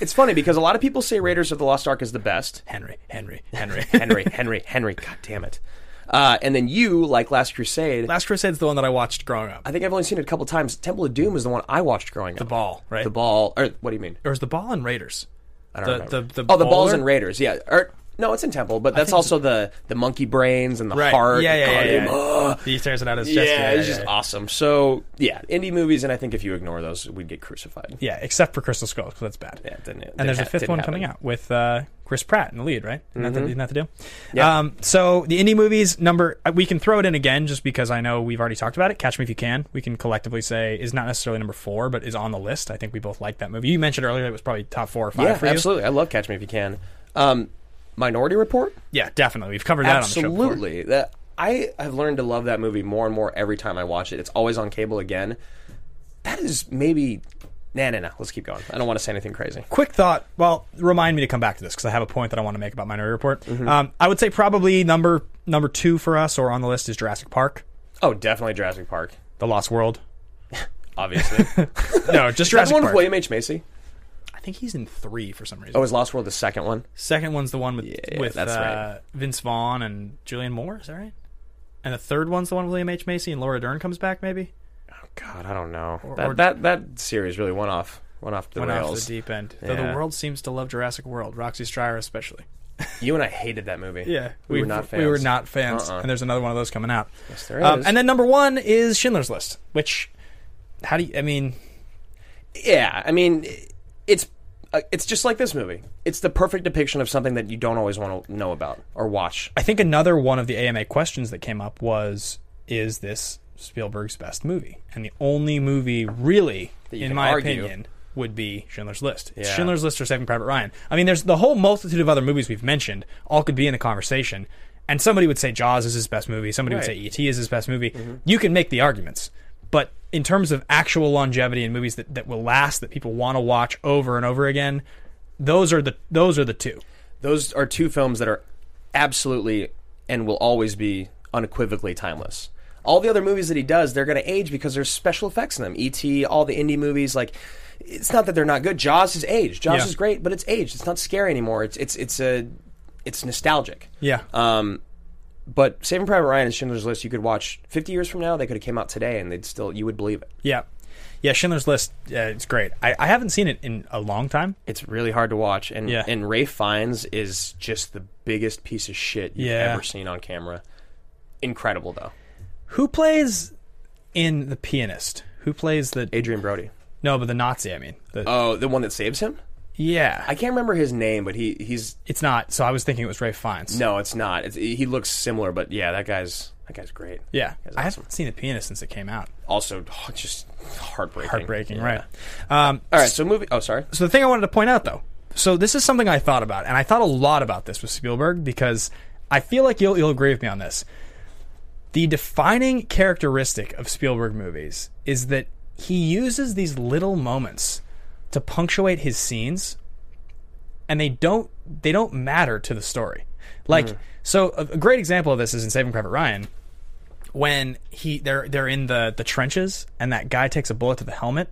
Speaker 3: It's funny because a lot of people say Raiders of the Lost Ark is the best.
Speaker 1: Henry, Henry, Henry, *laughs*
Speaker 3: Henry, Henry, Henry. God damn it. Uh, and then you like Last Crusade.
Speaker 1: Last Crusade's the one that I watched growing up.
Speaker 3: I think I've only seen it a couple times. Temple of Doom is the one I watched growing up.
Speaker 1: The ball, right?
Speaker 3: The ball. Or what do you mean?
Speaker 1: Or was the ball in Raiders?
Speaker 3: I don't
Speaker 1: the,
Speaker 3: remember.
Speaker 1: The, the
Speaker 3: oh, the balls
Speaker 1: bowler?
Speaker 3: and Raiders. Yeah. Or, no, it's in Temple, but that's also the the monkey brains and the
Speaker 1: Right.
Speaker 3: heart.
Speaker 1: Yeah, yeah,
Speaker 3: God,
Speaker 1: yeah. yeah.
Speaker 3: ugh.
Speaker 1: He tears it out of his
Speaker 3: Yeah,
Speaker 1: chest.
Speaker 3: it's just awesome. So yeah, indie movies, and I think if you ignore those, we'd get crucified.
Speaker 1: Yeah, except for Crystal Skulls, because that's bad.
Speaker 3: Yeah, it didn't- it
Speaker 1: and there's a
Speaker 3: didn't
Speaker 1: fifth
Speaker 3: hap-
Speaker 1: one
Speaker 3: didn't
Speaker 1: coming
Speaker 3: happen. Mm-hmm.
Speaker 1: out with uh, Chris Pratt in the lead, right? Isn't, that, the, isn't that the deal? Um, so the indie movies number, uh, we can throw it in again just because I know we've already talked about it. Catch Me If You Can, we can collectively say is not necessarily number four, but is on the list. I think we both like that movie. You mentioned earlier it was probably top four or five
Speaker 3: Yeah,
Speaker 1: for you.
Speaker 3: absolutely. I love Catch Me If You Can. Um, Minority Report.
Speaker 1: Yeah, definitely. We've covered that on the show. before.
Speaker 3: Absolutely. That I have learned to love that movie more and more every time I watch it. It's always on cable again. That is maybe. Nah, nah, nah. Let's keep going. I don't want to say anything crazy.
Speaker 1: Quick thought. Well, remind me to come back to this because I have a point that I want to make about Minority Report.
Speaker 3: Mm-hmm.
Speaker 1: Um, I would say probably number number two for us or on the list is Jurassic Park,
Speaker 3: Oh, definitely Jurassic Park.
Speaker 1: The Lost World. *laughs*
Speaker 3: Obviously, *laughs*
Speaker 1: No, just
Speaker 3: that's
Speaker 1: Jurassic
Speaker 3: one
Speaker 1: Park.
Speaker 3: with William H Macy.
Speaker 1: I think he's in three for some reason.
Speaker 3: Oh, is Lost World the second one?
Speaker 1: Second one's the one with
Speaker 3: Yeah,
Speaker 1: with
Speaker 3: that's
Speaker 1: uh,
Speaker 3: right.
Speaker 1: Vince Vaughn and Julian Moore. Is that right? And the third one's the one with William H Macy and Laura Dern comes back. Maybe
Speaker 3: God, I don't know.
Speaker 1: or-
Speaker 3: that, that that series really went off went off the
Speaker 1: went off
Speaker 3: rails.
Speaker 1: the deep end. Though the
Speaker 3: Yeah.
Speaker 1: world seems to love Jurassic World, Roxy Stryer especially.
Speaker 3: You and I hated that movie. we,
Speaker 1: we
Speaker 3: were not fans.
Speaker 1: We were not fans.
Speaker 3: Uh-uh.
Speaker 1: And there's another one of those coming out. Yes,
Speaker 3: there is.
Speaker 1: and then number one is Schindler's List, which how do you? I mean,
Speaker 3: Yeah, I mean, it's uh, it's just like this movie. It's the perfect depiction of something that you don't always want to know about or watch.
Speaker 1: I think another one of the AMA questions that came up was, is this Spielberg's best movie? And the only movie, really,
Speaker 3: you
Speaker 1: in
Speaker 3: can
Speaker 1: my
Speaker 3: argue.
Speaker 1: opinion, would be Schindler's List. It's
Speaker 3: Yeah.
Speaker 1: Schindler's List or Saving Private Ryan. I mean, there's the whole multitude of other movies we've mentioned, all could be in the conversation. And somebody would say Jaws is his best movie. Somebody would say
Speaker 3: Right. Mm-hmm.
Speaker 1: E.T. is his best movie. You can make the arguments. But in terms of actual longevity and movies that, that will last, that people want to watch over and over again, those are the those are the two.
Speaker 3: Those are two films that are absolutely and will always be unequivocally timeless. All the other movies that he does, they're going to age because there's special effects in them. E.T., all the indie movies, like. It's not that they're not good. Jaws is aged. Jaws
Speaker 1: Yeah.
Speaker 3: is great, but it's aged. It's not scary anymore. It's it's it's a it's nostalgic.
Speaker 1: Yeah.
Speaker 3: Um, but Saving Private Ryan and Schindler's List, you could watch 50 years from now. They could have came out today, and they'd still you would believe it.
Speaker 1: Yeah. Yeah, Schindler's List, yeah, it's great. I, I haven't seen it in a long time.
Speaker 3: It's really hard to watch, and
Speaker 1: Yeah.
Speaker 3: and Ray Fiennes is just the biggest piece of shit you've
Speaker 1: Yeah.
Speaker 3: ever seen on camera. Incredible though,
Speaker 1: Who plays in The Pianist? Who plays the.
Speaker 3: Adrian Brody.
Speaker 1: No, but the Nazi, I mean. The,
Speaker 3: Oh, the one that saves him.
Speaker 1: yeah.
Speaker 3: I can't remember his name, but he he's
Speaker 1: it's not. So I was thinking it was Ray Fiennes.
Speaker 3: no, it's not. It's, he looks similar, but yeah, that guy's that guy's great.
Speaker 1: Yeah.
Speaker 3: That's
Speaker 1: I
Speaker 3: awesome.
Speaker 1: haven't seen The Pianist since it came out.
Speaker 3: Also, oh, just heartbreaking.
Speaker 1: Heartbreaking,
Speaker 3: Yeah.
Speaker 1: right? Um,
Speaker 3: All right, so movie. Oh, sorry.
Speaker 1: so the thing I wanted to point out though, so this is something I thought about, and I thought a lot about this with Spielberg because I feel like you'll you'll agree with me on this. The defining characteristic of Spielberg movies is that he uses these little moments to punctuate his scenes, and they don't they don't matter to the story. Like so, a, a great example of this is in Saving Private Ryan. When he they're they're in the the trenches and that guy takes a bullet to the helmet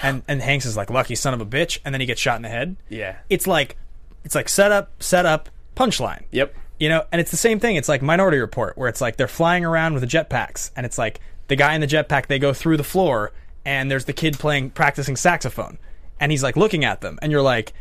Speaker 1: and and Hanks is like lucky son of a bitch, and then he gets shot in the head.
Speaker 3: Yeah.
Speaker 1: it's like it's like setup, setup, punchline.
Speaker 3: Yep.
Speaker 1: You know, and it's the same thing. It's like Minority Report, where it's like they're flying around with the jetpacks, and it's like the guy in the jetpack. They go through the floor, and there's the kid playing practicing saxophone, and he's like looking at them, and you're like,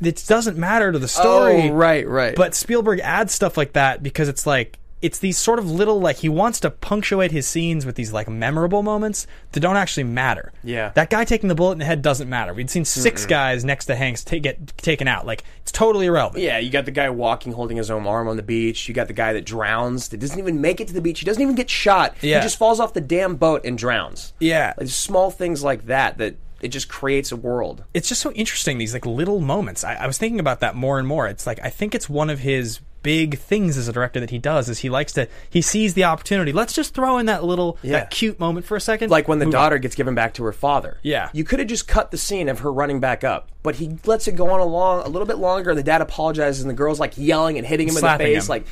Speaker 1: it doesn't matter to the story,
Speaker 3: Oh, right, right.
Speaker 1: But Spielberg adds stuff like that because it's like it's these sort of little like he wants to punctuate his scenes with these like memorable moments that don't actually matter.
Speaker 3: Yeah.
Speaker 1: that guy taking the bullet in the head doesn't matter. We'd seen 6 guys next to Hanks ta- get taken out. Like it's totally irrelevant.
Speaker 3: Yeah, you got the guy walking, holding his own arm on the beach. You got the guy that drowns, that doesn't even make it to the beach. He doesn't even get shot.
Speaker 1: Yeah.
Speaker 3: He just falls off the damn boat and drowns.
Speaker 1: Yeah.
Speaker 3: Like, small things like that that it just creates a world.
Speaker 1: it's just so interesting these like little moments. I, I was thinking about that more and more. It's like I think it's one of his big things as a director that he does is he likes to he sees the opportunity. Let's just throw in that little
Speaker 3: Yeah.
Speaker 1: that cute moment for a second.
Speaker 3: Like when the
Speaker 1: Move on.
Speaker 3: daughter gets given back to her father.
Speaker 1: Yeah.
Speaker 3: You could have just cut the scene of her running back up, but he lets it go on along a little bit longer, and the dad apologizes, and the girl's like yelling and hitting him
Speaker 1: Slapping
Speaker 3: in the face,
Speaker 1: him.
Speaker 3: like,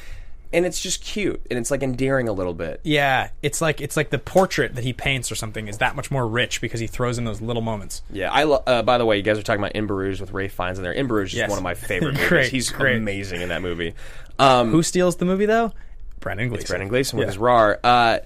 Speaker 3: and it's just cute, and it's like endearing a little bit.
Speaker 1: Yeah, it's like it's like the portrait that he paints or something is that much more rich because he throws in those little moments.
Speaker 3: Yeah, I lo- uh, by the way, you guys are talking about In Bruges with Ray Fiennes in there. In Bruges
Speaker 1: Yes.
Speaker 3: is one of my favorite
Speaker 1: *laughs*
Speaker 3: movies.
Speaker 1: Great,
Speaker 3: He's
Speaker 1: great.
Speaker 3: amazing in that movie. Um,
Speaker 1: Who steals the movie though? Brendan Gleeson.
Speaker 3: It's Brendan Gleeson with
Speaker 1: Yeah.
Speaker 3: his RAR. Uh,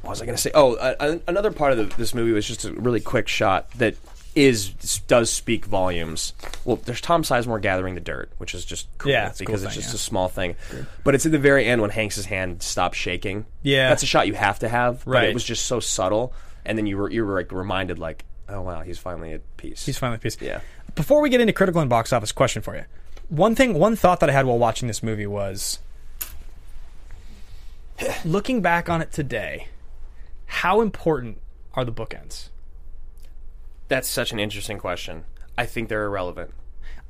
Speaker 3: what was I going to say? Oh, uh, uh, another part of the, this movie was just a really quick shot that is does speak volumes. Well, there's Tom Sizemore gathering the dirt, which is just cool
Speaker 1: Yeah, it's a cool
Speaker 3: because it's
Speaker 1: thing,
Speaker 3: just
Speaker 1: yeah.
Speaker 3: a small thing. But it's at the very end when Hanks's hand stops shaking.
Speaker 1: Yeah.
Speaker 3: that's a shot you have to have. but
Speaker 1: Right.
Speaker 3: it was just so subtle, and then you were you were like reminded like, oh wow, he's finally at peace.
Speaker 1: He's finally peace.
Speaker 3: Yeah.
Speaker 1: Before we get into critical and box office, question for you. One thing, one thought that I had while watching this movie was, *sighs* looking back on it today, how important are the bookends?
Speaker 3: That's such an interesting question. I think they're irrelevant.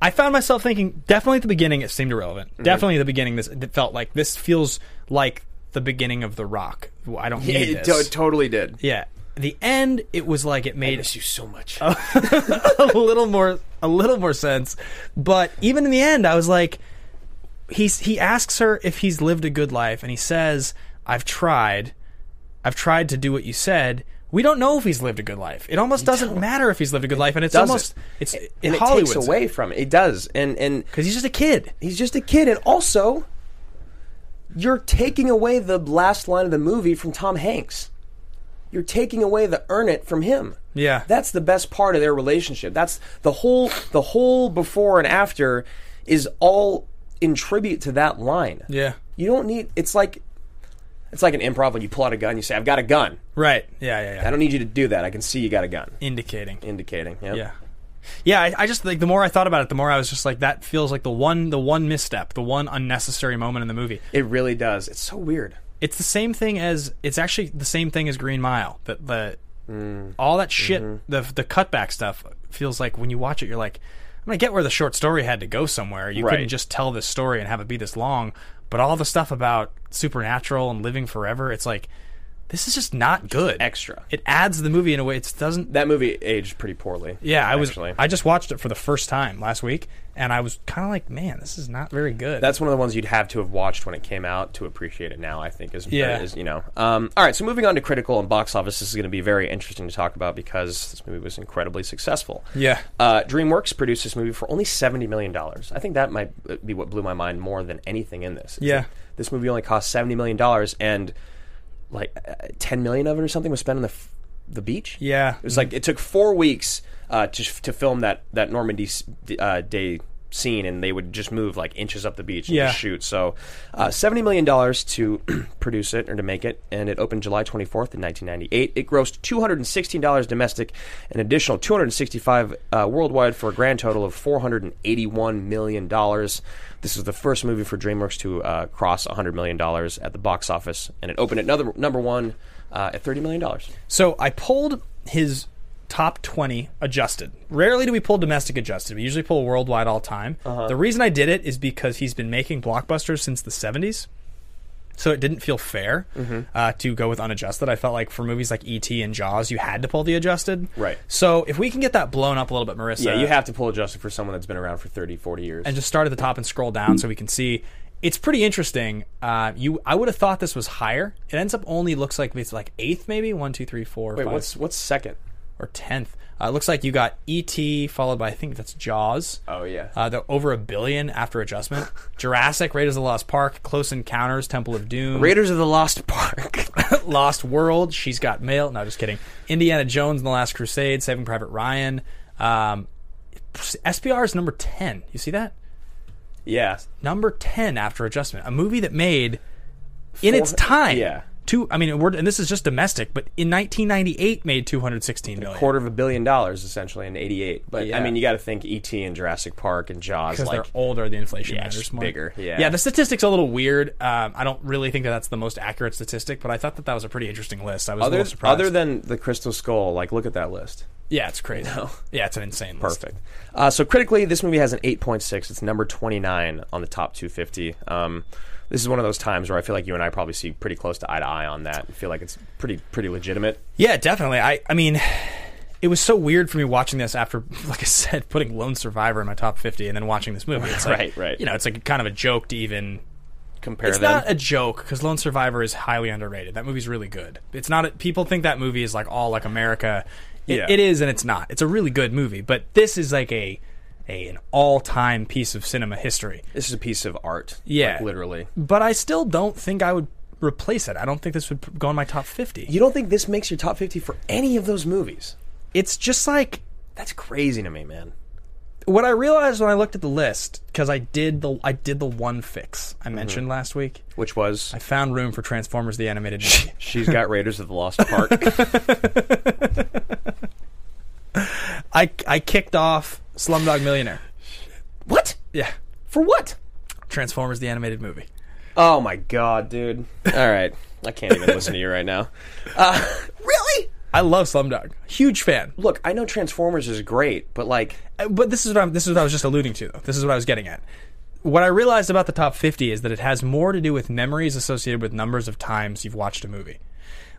Speaker 1: I found myself thinking definitely at the beginning it seemed irrelevant.
Speaker 3: Mm-hmm.
Speaker 1: Definitely at the beginning this it felt like this feels like the beginning of The Rock. I don't need
Speaker 3: it
Speaker 1: this.
Speaker 3: to- totally did.
Speaker 1: yeah. The end it was like it
Speaker 3: I
Speaker 1: made
Speaker 3: miss you so much.
Speaker 1: Uh, *laughs* a little more a little more sense. But even in the end, I was like, he's he asks her if he's lived a good life, and he says, "I've tried, I've tried to do what you said." We don't know if he's lived a good life. It almost doesn't matter if he's lived a good life, and it's
Speaker 3: doesn't.
Speaker 1: almost it's
Speaker 3: and
Speaker 1: in
Speaker 3: it
Speaker 1: Hollywood
Speaker 3: takes away from it. It does, and and
Speaker 1: because he's just a kid.
Speaker 3: he's just a kid, and also you're taking away the last line of the movie from Tom Hanks. You're taking away the earn it from him.
Speaker 1: Yeah.
Speaker 3: that's the best part of their relationship. That's the whole the whole before and after is all in tribute to that line.
Speaker 1: Yeah.
Speaker 3: you don't need. It's like it's like an improv when you pull out a gun. You say, "I've got a gun."
Speaker 1: Right? Yeah, yeah, yeah.
Speaker 3: I don't need you to do that. I can see you got a gun.
Speaker 1: Indicating.
Speaker 3: Indicating. Yep.
Speaker 1: Yeah. Yeah, I, I just like the more I thought about it, the more I was just like that feels like the one the one misstep, the one unnecessary moment in the movie.
Speaker 3: It really does. It's so weird.
Speaker 1: it's the same thing as it's actually the same thing as Green Mile. That the
Speaker 3: Mm.
Speaker 1: all that shit,
Speaker 3: Mm-hmm.
Speaker 1: the the cutback stuff feels like when you watch it, you're like, I mean, I get where the short story had to go somewhere. You
Speaker 3: Right.
Speaker 1: couldn't just tell this story and have it be this long. But all the stuff about supernatural and living forever, it's like this is just not good.
Speaker 3: Extra.
Speaker 1: It adds to the movie in a way it doesn't.
Speaker 3: That movie aged pretty poorly.
Speaker 1: Yeah, I was.
Speaker 3: actually.
Speaker 1: I just watched it for the first time last week, and I was kind of like, man, this is not very good.
Speaker 3: That's one of the ones you'd have to have watched when it came out to appreciate it now, I think, is,
Speaker 1: Yeah.
Speaker 3: is you know. Um, all right, so moving on to critical and box office, this is going to be very interesting to talk about because this movie was incredibly successful.
Speaker 1: Yeah.
Speaker 3: Uh, DreamWorks produced this movie for only $70 million. I think that might uh, be what blew my mind more than anything in this. It's
Speaker 1: Yeah.
Speaker 3: like, this movie only cost $70 million, and like uh, 10 million of it or something was spent on the, f- the beach?
Speaker 1: Yeah.
Speaker 3: It was like it took four weeks uh, to to film that that Normandy s- uh, day scene, and they would just move like inches up the beach and
Speaker 1: Yeah.
Speaker 3: just shoot. So, uh, seventy million dollars to *clears throat* produce it or to make it, and it opened July twenty fourth in nineteen ninety eight. It grossed two hundred and sixteen dollars domestic, an additional two hundred and sixty five uh, worldwide for a grand total of four hundred and eighty one million dollars. This was the first movie for DreamWorks to uh, cross hundred million dollars at the box office, and it opened at another number one uh, at thirty million dollars.
Speaker 1: So I pulled his top 20 adjusted. Rarely do we pull domestic adjusted. We usually pull worldwide all time.
Speaker 3: Uh-huh.
Speaker 1: The reason I did it is because he's been making blockbusters since the 70s. So it didn't feel fair
Speaker 3: Mm-hmm.
Speaker 1: uh, to go with unadjusted. I felt like for movies like E.T. and Jaws, you had to pull the adjusted.
Speaker 3: Right.
Speaker 1: So if we can get that blown up a little bit, Marissa.
Speaker 3: Yeah, you have to pull adjusted for someone that's been around for 30, 40 years.
Speaker 1: and just start at the top and scroll down so we can see. It's pretty interesting. Uh, you, I would have thought this was higher. It ends up only looks like it's like eighth, maybe one, two, three, four.
Speaker 3: Wait,
Speaker 1: five,
Speaker 3: what's what's second?
Speaker 1: or tenth. Uh, it looks like you got E.T. followed by I think that's Jaws.
Speaker 3: Oh, yeah.
Speaker 1: uh, they're over a billion after adjustment.
Speaker 3: *laughs*
Speaker 1: Jurassic, Raiders of the Lost Park, Close Encounters, Temple of Doom,
Speaker 3: Raiders of the Lost *laughs* Park.
Speaker 1: *laughs* Lost World. She's got mail. No, just kidding. Indiana Jones and the Last Crusade, Saving Private Ryan. Um, SPR is number ten. You see that?
Speaker 3: yeah.
Speaker 1: Number ten after adjustment. A movie that made in its time.
Speaker 3: yeah.
Speaker 1: Two. I mean, we're, and this is just domestic, but in 1998 made 216 million.
Speaker 3: Quarter of a billion dollars essentially in 88. But
Speaker 1: Yeah.
Speaker 3: I mean, you got to think ET and Jurassic Park and Jaws
Speaker 1: because
Speaker 3: like
Speaker 1: they're older, the inflation
Speaker 3: Yeah, it's
Speaker 1: matters
Speaker 3: just
Speaker 1: more.
Speaker 3: bigger, yeah.
Speaker 1: yeah. The statisti's a little weird. Um, I don't really think that that's the most accurate statistic, but I thought that that was a pretty interesting list. I was a
Speaker 3: other
Speaker 1: little surprised.
Speaker 3: other than the Crystal Skull, like look at that list.
Speaker 1: yeah, it's crazy. Yeah, it's an insane list.
Speaker 3: Perfect. Uh, so critically, this movie has an 8.6. It's number 29 on the top 250. Um, this is one of those times where I feel like you and I probably see pretty close to eye to eye on that. I feel like it's pretty pretty legitimate.
Speaker 1: Yeah, definitely. I I mean, it was so weird for me watching this after, *laughs* like I said, putting Lone Survivor in my top fifty and then watching this movie. It's like,
Speaker 3: *laughs* Right, right.
Speaker 1: You know, it's like kind of a joke to even
Speaker 3: Compare
Speaker 1: it's
Speaker 3: them.
Speaker 1: not a joke because Lone Survivor is highly underrated. That movie's really good. It's not. A, people think that movie is like all like America. It,
Speaker 3: Yeah.
Speaker 1: it is, and it's not. It's a really good movie, but this is like a, a an all time piece of cinema history.
Speaker 3: this is a piece of art.
Speaker 1: Yeah.
Speaker 3: like, literally.
Speaker 1: But I still don't think I would replace it. I don't think this would p- go in my top fifty.
Speaker 3: You don't think this makes your top 50 for any of those movies?
Speaker 1: it's just like
Speaker 3: That's crazy to me, man.
Speaker 1: what I realized when I looked at the list because I did the I did the one fix
Speaker 3: Mm-hmm.
Speaker 1: I mentioned last week.
Speaker 3: Which was
Speaker 1: I found room for Transformers: The
Speaker 3: *laughs*
Speaker 1: Animated Movie.
Speaker 3: she's got Raiders of the Lost Park.
Speaker 1: I I kicked off Slumdog Millionaire.
Speaker 3: what?
Speaker 1: Yeah.
Speaker 3: For what?
Speaker 1: Transformers the animated movie.
Speaker 3: Oh my god, dude. All right. I can't even listen to you right now. Uh, *laughs* really?
Speaker 1: I love Slumdog. Huge fan.
Speaker 3: Look, I know Transformers is great, but like
Speaker 1: Uh, But this is what I'm this is what I was just alluding to though. This is what I was getting at. What I realized about the top 50 is that it has more to do with memories associated with numbers of times you've watched a movie.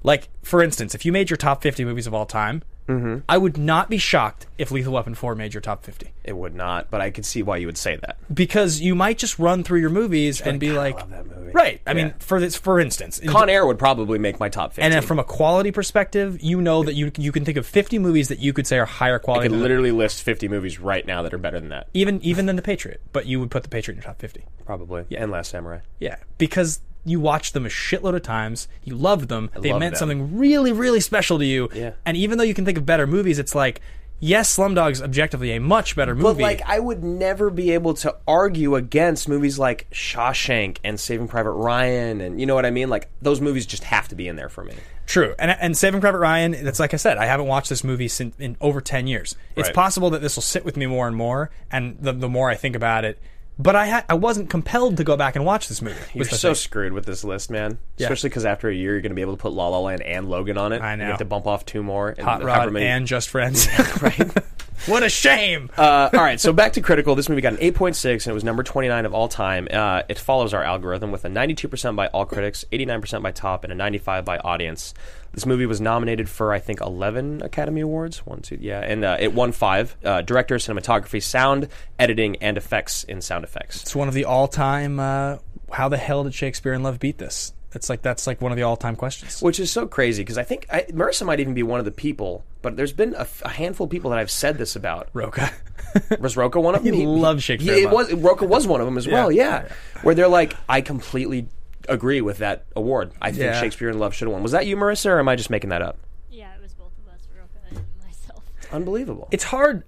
Speaker 1: Like, for instance, if you made your top 50 movies of all time,
Speaker 3: Mm-hmm.
Speaker 1: I would not be shocked if Lethal Weapon 4 made your top 50.
Speaker 3: it would not, but I could see why you would say that.
Speaker 1: Because you might just run through your movies and be like,
Speaker 3: that movie.
Speaker 1: right. I mean,
Speaker 3: Yeah.
Speaker 1: for this, for instance, in-
Speaker 3: Con Air would probably make my top 50.
Speaker 1: and then from a quality perspective, you know that you you can think of 50 movies that you could say are higher
Speaker 3: I
Speaker 1: quality.
Speaker 3: could
Speaker 1: than-
Speaker 3: literally list 50 movies right now that are better than that.
Speaker 1: even even than the Patriot. But you would put the Patriot in your top fifty.
Speaker 3: Probably. Yeah. And Last Samurai.
Speaker 1: Yeah, because you watched them a shitload of times. You loved them. they
Speaker 3: love
Speaker 1: meant
Speaker 3: them.
Speaker 1: something really really special to you.
Speaker 3: Yeah.
Speaker 1: And even though you can think of better movies, it's like yes, Slumdog's objectively a much better
Speaker 3: But
Speaker 1: movie.
Speaker 3: like, I would never be able to argue against movies like Shawshank and Saving Private Ryan, and you know what I mean. Like those movies just have to be in there for me.
Speaker 1: True, and and Saving Private Ryan. That's like I said, I haven't watched this movie since in over ten years. It's
Speaker 3: Right.
Speaker 1: possible that this will sit with me more and more, and the the more I think about it. But I ha- I wasn't compelled to go back and watch this movie.
Speaker 3: You're
Speaker 1: was the
Speaker 3: so
Speaker 1: thing.
Speaker 3: screwed with this list, man.
Speaker 1: Yeah.
Speaker 3: Especially because after a year, you're going to be able to put La La Land and Logan on it.
Speaker 1: I
Speaker 3: and
Speaker 1: know.
Speaker 3: You have to bump off two more. And
Speaker 1: hot
Speaker 3: however
Speaker 1: rod
Speaker 3: many-
Speaker 1: and just friends.
Speaker 3: *laughs* right.
Speaker 1: *laughs* What a shame.
Speaker 3: Uh, all right, so back to critical. This movie got an 8.6 and it was number 29 of all time. Uh, it follows our algorithm with a 92% by all critics, 89% by top, and a 95 by audience. This movie was nominated for I think 11 Academy Awards. One, two, yeah, and uh, it won five: uh, director, cinematography, sound, editing, and effects in sound effects.
Speaker 1: It's one of the all-time. Uh, how the hell did Shakespeare in Love beat this? It's like that's like one of the all-time questions.
Speaker 3: Which is so crazy because I think I, Marissa might even be one of the people, but there's been a, f- a handful of people that I've said this about.
Speaker 1: Roca. *laughs*
Speaker 3: Was Roca one of them?
Speaker 1: He loved Shakespeare
Speaker 3: Yeah,
Speaker 1: in
Speaker 3: it
Speaker 1: Love.
Speaker 3: was Roca was one of them as well.
Speaker 1: Yeah.
Speaker 3: Yeah. where they're like, I completely agree with that award. I think
Speaker 1: Yeah.
Speaker 3: Shakespeare in Love should have won. Was that you, Marissa, or am I just making that up?
Speaker 6: Yeah, it was both of us, Roca and myself.
Speaker 3: Unbelievable.
Speaker 1: It's hard.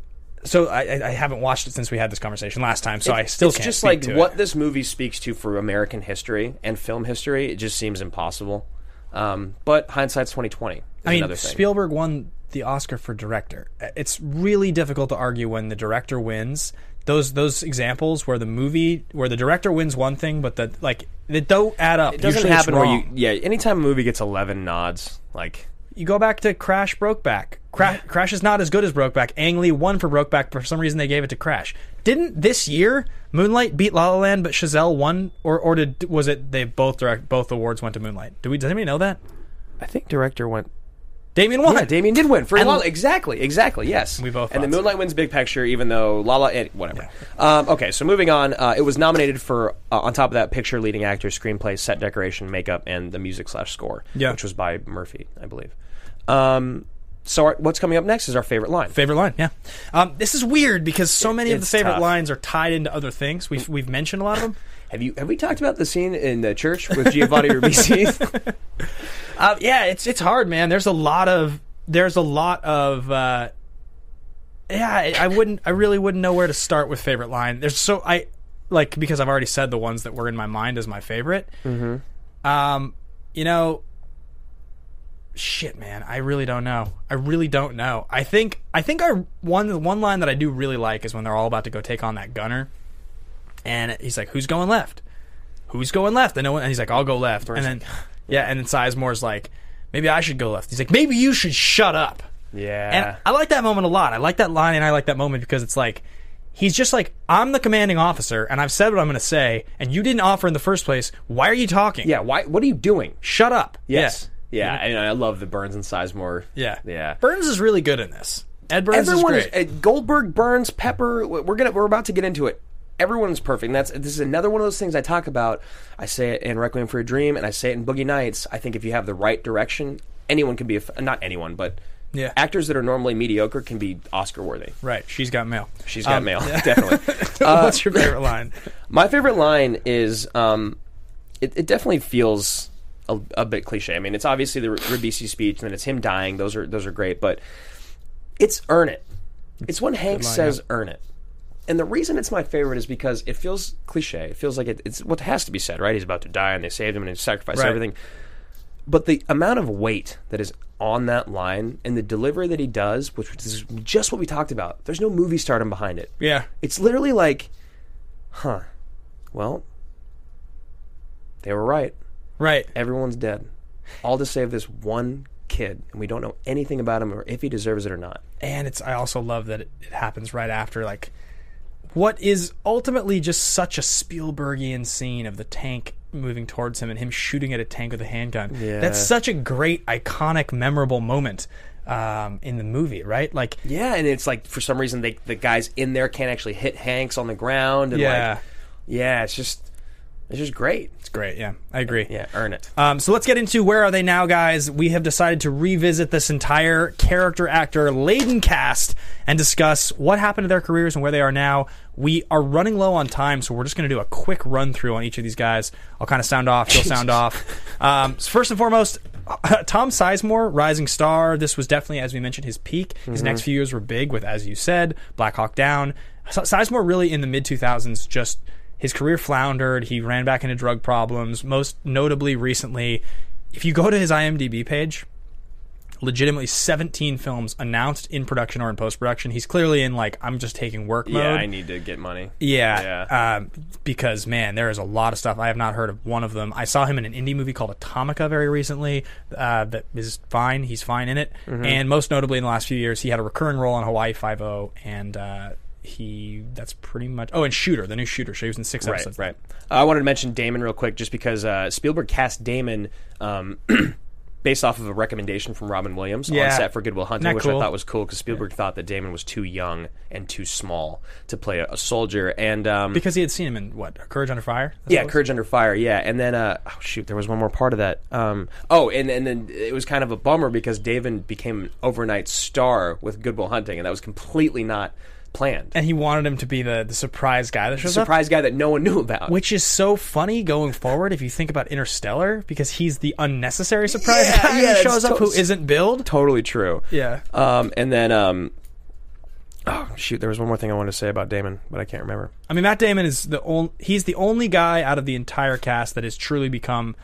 Speaker 1: So I, I- I haven't watched it since we had this conversation last time. So I still
Speaker 3: it's
Speaker 1: can't.
Speaker 3: just
Speaker 1: speak
Speaker 3: like
Speaker 1: to
Speaker 3: what
Speaker 1: it.
Speaker 3: this movie speaks to for American history and film history. It just seems impossible. Um, but hindsight's twenty twenty.
Speaker 1: I mean,
Speaker 3: another thing.
Speaker 1: Spielberg won the Oscar for director. It's really difficult to argue when the director wins. Those those examples where the movie where the director wins one thing, but the like they don't add up.
Speaker 3: it doesn't
Speaker 1: Usually it's
Speaker 3: happen where you
Speaker 1: wrong.
Speaker 3: yeah. Anytime a movie gets eleven nods, like
Speaker 1: You go back to Crash Brokeback. Cra- Crash is not as good as Brokeback. Ang Lee won for Brokeback, but for some reason they gave it to Crash. Didn't this year Moonlight beat La La Land, but Chazelle won, or or did was it they both direct both awards went to Moonlight? Do we? Does anybody know that?
Speaker 3: I think director went
Speaker 1: Damien won.
Speaker 3: Yeah, Damien did win for
Speaker 1: And-
Speaker 3: Lala. Exactly, exactly. Yes,
Speaker 1: We both
Speaker 3: And the
Speaker 1: thought so.
Speaker 3: Moonlight wins Big Picture, even though Lala. eh, Whatever. Um, okay, so moving on. Uh, it was nominated for uh, on top of that picture, leading actor, screenplay, set decoration, makeup, and the music slash score.
Speaker 1: Yeah.
Speaker 3: which was by Murphy, I believe. Um, so our, what's coming up next is our favorite line.
Speaker 1: Favorite line, yeah. Um, this is weird because so many of the
Speaker 3: it's
Speaker 1: favorite
Speaker 3: tough.
Speaker 1: lines are tied into other things. We've we've mentioned a lot of them.
Speaker 3: have you have we talked about the scene in the church with
Speaker 1: *laughs*
Speaker 3: Giovanni Ribisi?
Speaker 1: Uh, yeah, it's it's hard, man. There's a lot of there's a lot of uh, yeah. I, I wouldn't. I really wouldn't know where to start with favorite line. There's so I like because I've already said the ones that were in my mind as my favorite. Mm-hmm. Um, you know, shit, man. I really don't know. I really don't know. I think I think I one one line that I do really like is when they're all about to go take on that gunner, and he's like, "Who's going left? Who's going left?" And no one, and he's like, "I'll go left." And then, *laughs* yeah, and then Sizemore's like, "Maybe I should go left." He's like, "Maybe you should shut up."
Speaker 3: yeah,
Speaker 1: And I like that moment a lot. I like that line and I like that moment because it's like he's just like I'm the commanding officer and I've said what I'm going to say and you didn't offer in the first place. Why are you talking?
Speaker 3: yeah. Why? What are you doing?
Speaker 1: Shut up.
Speaker 3: Yes. Yeah, and I love the Burns and Sizemore.
Speaker 1: Yeah.
Speaker 3: yeah.
Speaker 1: Burns is really good in this. Ed Burns
Speaker 3: Everyone
Speaker 1: is
Speaker 3: is,
Speaker 1: great.
Speaker 3: uh, Goldberg, Burns, Pepper. we- We're gonna we're about to get into it. Everyone's perfect. And that's this is another one of those things I talk about. I say it in Requiem for a Dream, and I say it in Boogie Nights. I think if you have the right direction, anyone can be a f- not anyone, but
Speaker 1: Yeah.
Speaker 3: actors that are normally mediocre can be Oscar worthy.
Speaker 1: right. She's got mail.
Speaker 3: She's got
Speaker 1: Um, *laughs*
Speaker 3: mail, definitely.
Speaker 1: What's your favorite
Speaker 3: *laughs*
Speaker 1: line?
Speaker 3: My favorite line is um, it, it definitely feels a, a bit cliche. I mean, it's obviously the R- Ribisi speech, and then it's him dying. Those are those are great, but it's earn it. It's when
Speaker 1: line,
Speaker 3: Hank says earn it. And the reason it's my favorite is because it feels cliche. It feels like it, it's what has to be said, right? He's about to die, and they saved him, and he sacrificed
Speaker 1: Right.
Speaker 3: everything. But the amount of weight that is on that line and the delivery that he does, which is just what we talked about, there's no movie stardom behind it.
Speaker 1: Yeah.
Speaker 3: It's literally like, huh, well, they were right.
Speaker 1: Right.
Speaker 3: Everyone's dead. All to save this one kid, and we don't know anything about him or if he deserves it or not.
Speaker 1: and it's I also love that it, it happens right after like what is ultimately just such a Spielbergian scene of the tank moving towards him and him shooting at a tank with a handgun.
Speaker 3: Yeah.
Speaker 1: That's such a great, iconic, memorable moment um, in the movie, right? Like,
Speaker 3: Yeah, and it's like for some reason they, the guys in there can't actually hit Hanks on the ground. And
Speaker 1: yeah,
Speaker 3: Like, yeah, it's just it's just great.
Speaker 1: it's great. Yeah, I agree.
Speaker 3: Yeah, earn it.
Speaker 1: Um, so let's get into where are they now, guys. We have decided to revisit this entire character actor laden cast and discuss what happened to their careers and where they are now. We are running low on time, so we're just going to do a quick run through on each of these guys. I'll kind of sound off. You'll sound off. Um, so first and foremost, *laughs* Tom Sizemore, rising star. This was definitely, as we mentioned, his peak. His next few years were big with, as you said, Black Hawk Down. Si- Sizemore really in the mid two thousands just his career floundered. He ran back into drug problems, most notably recently. If you go to his IMDb page, legitimately 17 films announced in production or in post production. He's clearly in like I'm just taking work mode.
Speaker 3: Yeah, I need to get money.
Speaker 1: Yeah, um, because man, there is a lot of stuff. I have not heard of one of them. I saw him in an indie movie called Atomica very recently. Uh, that is fine. He's fine in it.
Speaker 3: Mm-hmm.
Speaker 1: And most notably, in the last few years, he had a recurring role on Hawaii Five O, and uh, he that's pretty much. Oh, and Shooter, the new Shooter show. He was in six
Speaker 3: Right,
Speaker 1: episodes.
Speaker 3: right. Uh, I wanted to mention Damon real quick, just because uh, Spielberg cast Damon um, *clears throat* based off of a recommendation from Robin Williams on
Speaker 1: Yeah.
Speaker 3: set for Goodwill Hunting,
Speaker 1: Not
Speaker 3: which
Speaker 1: cool.
Speaker 3: I thought was cool because Spielberg thought that Damon was too young and too small to play a, a soldier. And um,
Speaker 1: Because he had seen him in what Courage Under Fire. That's what
Speaker 3: yeah,
Speaker 1: it was?
Speaker 3: Courage Under Fire. Yeah, and then uh, oh shoot, there was one more part of that. Um, oh, and and then it was kind of a bummer because Damon became an overnight star with Goodwill Hunting, and that was completely not planned.
Speaker 1: And he wanted him to be the, the surprise guy that shows up.
Speaker 3: Surprise guy that no one knew about.
Speaker 1: Which is so funny going forward if you think about Interstellar because he's the unnecessary surprise guy *laughs*
Speaker 3: yeah,
Speaker 1: who
Speaker 3: it's
Speaker 1: shows up
Speaker 3: to-
Speaker 1: who isn't billed.
Speaker 3: totally true.
Speaker 1: Yeah.
Speaker 3: Um, and then, um, oh shoot, there was one more thing I wanted to say about Damon, but I can't remember.
Speaker 1: I mean, Matt Damon is the only he's the only guy out of the entire cast that has truly become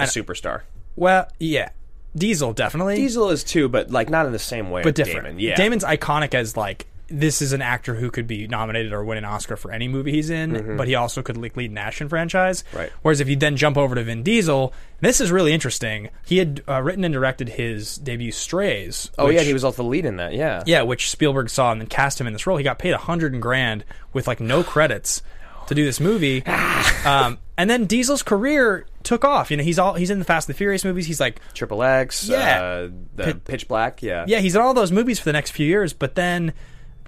Speaker 3: A superstar.
Speaker 1: well, yeah, Diesel definitely,
Speaker 3: Diesel is too, but like not in the same way.
Speaker 1: but
Speaker 3: as
Speaker 1: different.
Speaker 3: Damon. Yeah.
Speaker 1: Damon's iconic as like this is an actor who could be nominated or win an Oscar for any movie he's in, but he also could like, lead an action franchise.
Speaker 3: Mm-hmm. Right.
Speaker 1: Whereas if you then jump over to Vin Diesel, this is really interesting. He had uh, written and directed his debut Strays.
Speaker 3: Oh
Speaker 1: which-
Speaker 3: yeah, he was also the lead in that. Yeah.
Speaker 1: Yeah, which Spielberg saw and then cast him in this role. He got paid a hundred and grand with like no credits to do this
Speaker 3: *sighs*
Speaker 1: movie. um, and then Diesel's career took off. You know, he's all he's in the Fast and the Furious movies. He's like,
Speaker 3: Triple X.
Speaker 1: Yeah.
Speaker 3: Uh, the
Speaker 1: Pit-
Speaker 3: Pitch Black. Yeah.
Speaker 1: yeah, he's in all those movies for the next few years. But then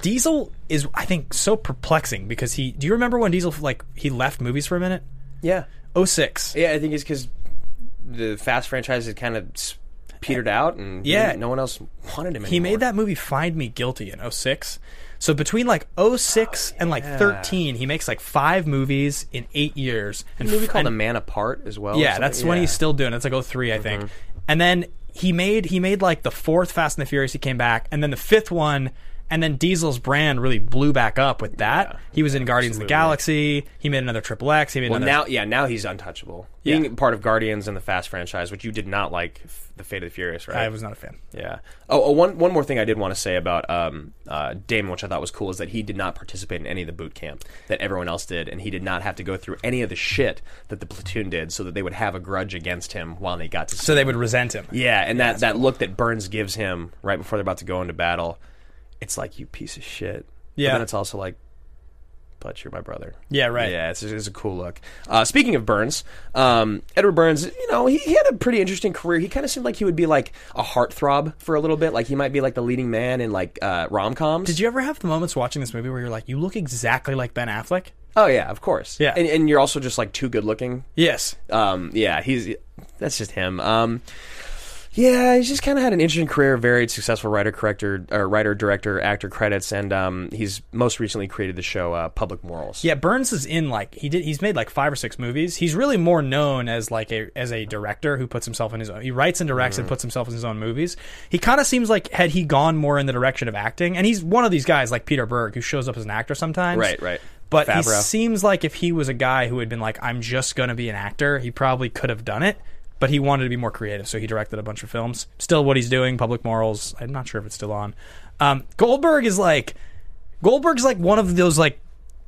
Speaker 1: Diesel is, I think, so perplexing because he. Do you remember when Diesel like he left movies for a minute?
Speaker 3: Yeah.
Speaker 1: 06.
Speaker 3: Yeah, I think it's because the Fast franchise had kind of s- petered out, and
Speaker 1: Yeah.
Speaker 3: no one else wanted him.
Speaker 1: He
Speaker 3: anymore.
Speaker 1: made that movie Find Me Guilty in 06. So between like 06 and
Speaker 3: Oh,
Speaker 1: like 13, he makes like five movies in eight years. And
Speaker 3: movie
Speaker 1: f-
Speaker 3: called
Speaker 1: and-
Speaker 3: A Man Apart as well. or
Speaker 1: Yeah,
Speaker 3: something?
Speaker 1: that's when
Speaker 3: Oh, Yeah. Mm-hmm.
Speaker 1: he's still doing. it. It's like 03, I think. And then he made he made like the fourth Fast and the Furious. He came back, and then the fifth one, and then Diesel's brand really blew back up with that. he was in Guardians of the Galaxy. He made another Triple X. He made
Speaker 3: Well,
Speaker 1: another.
Speaker 3: now, yeah, now he's untouchable.
Speaker 1: Yeah.
Speaker 3: Being part of Guardians and the Fast franchise, which you did not like, f- the Fate of the Furious, right?
Speaker 1: I was not a fan.
Speaker 3: Yeah. Oh, oh, one one more thing I did want to say about um, uh, Damon, which I thought was cool, is that he did not participate in any of the boot camp that everyone else did, and he did not have to go through any of the shit that the platoon did, so that they would have a grudge against him while they got to.
Speaker 1: So they would resent him.
Speaker 3: yeah, and that that look that Burns gives him right before they're about to go into battle, it's like you piece of shit.
Speaker 1: Yeah.
Speaker 3: But then it's also like, but you're my brother.
Speaker 1: Yeah, right.
Speaker 3: Yeah, it's, it's a cool look. Uh, speaking of Burns, um, Edward Burns, you know, he, he had a pretty interesting career. He kind of seemed like he would be like a heartthrob for a little bit. Like he might be like the leading man in like uh, rom coms.
Speaker 1: Did you ever have the moments watching this movie where you're like, you look exactly like Ben Affleck?
Speaker 3: Oh yeah, of course.
Speaker 1: Yeah.
Speaker 3: and, and you're also just like too good looking.
Speaker 1: Yes.
Speaker 3: Um, yeah, he's that's just him. Um, yeah, he's just kind of had an interesting career, varied, successful writer, corrector, or writer, director, actor credits, and um, he's most recently created the show uh, Public Morals.
Speaker 1: Yeah, Burns is in like he did. He's made like five or six movies. He's really more known as like a as a director who puts himself in his own. He writes and directs
Speaker 3: Mm.
Speaker 1: and puts himself in his own movies. He kind of seems like had he gone more in the direction of acting, and he's one of these guys like Peter Berg who shows up as an actor sometimes.
Speaker 3: Right, right.
Speaker 1: But he
Speaker 3: Favreau.
Speaker 1: seems like if he was a guy who had been like, I'm just gonna be an actor, he probably could have done it. But he wanted to be more creative, so he directed a bunch of films. Still, what he's doing, Public Morals. I'm not sure if it's still on. Um, Goldberg is like. Goldberg's like one of those like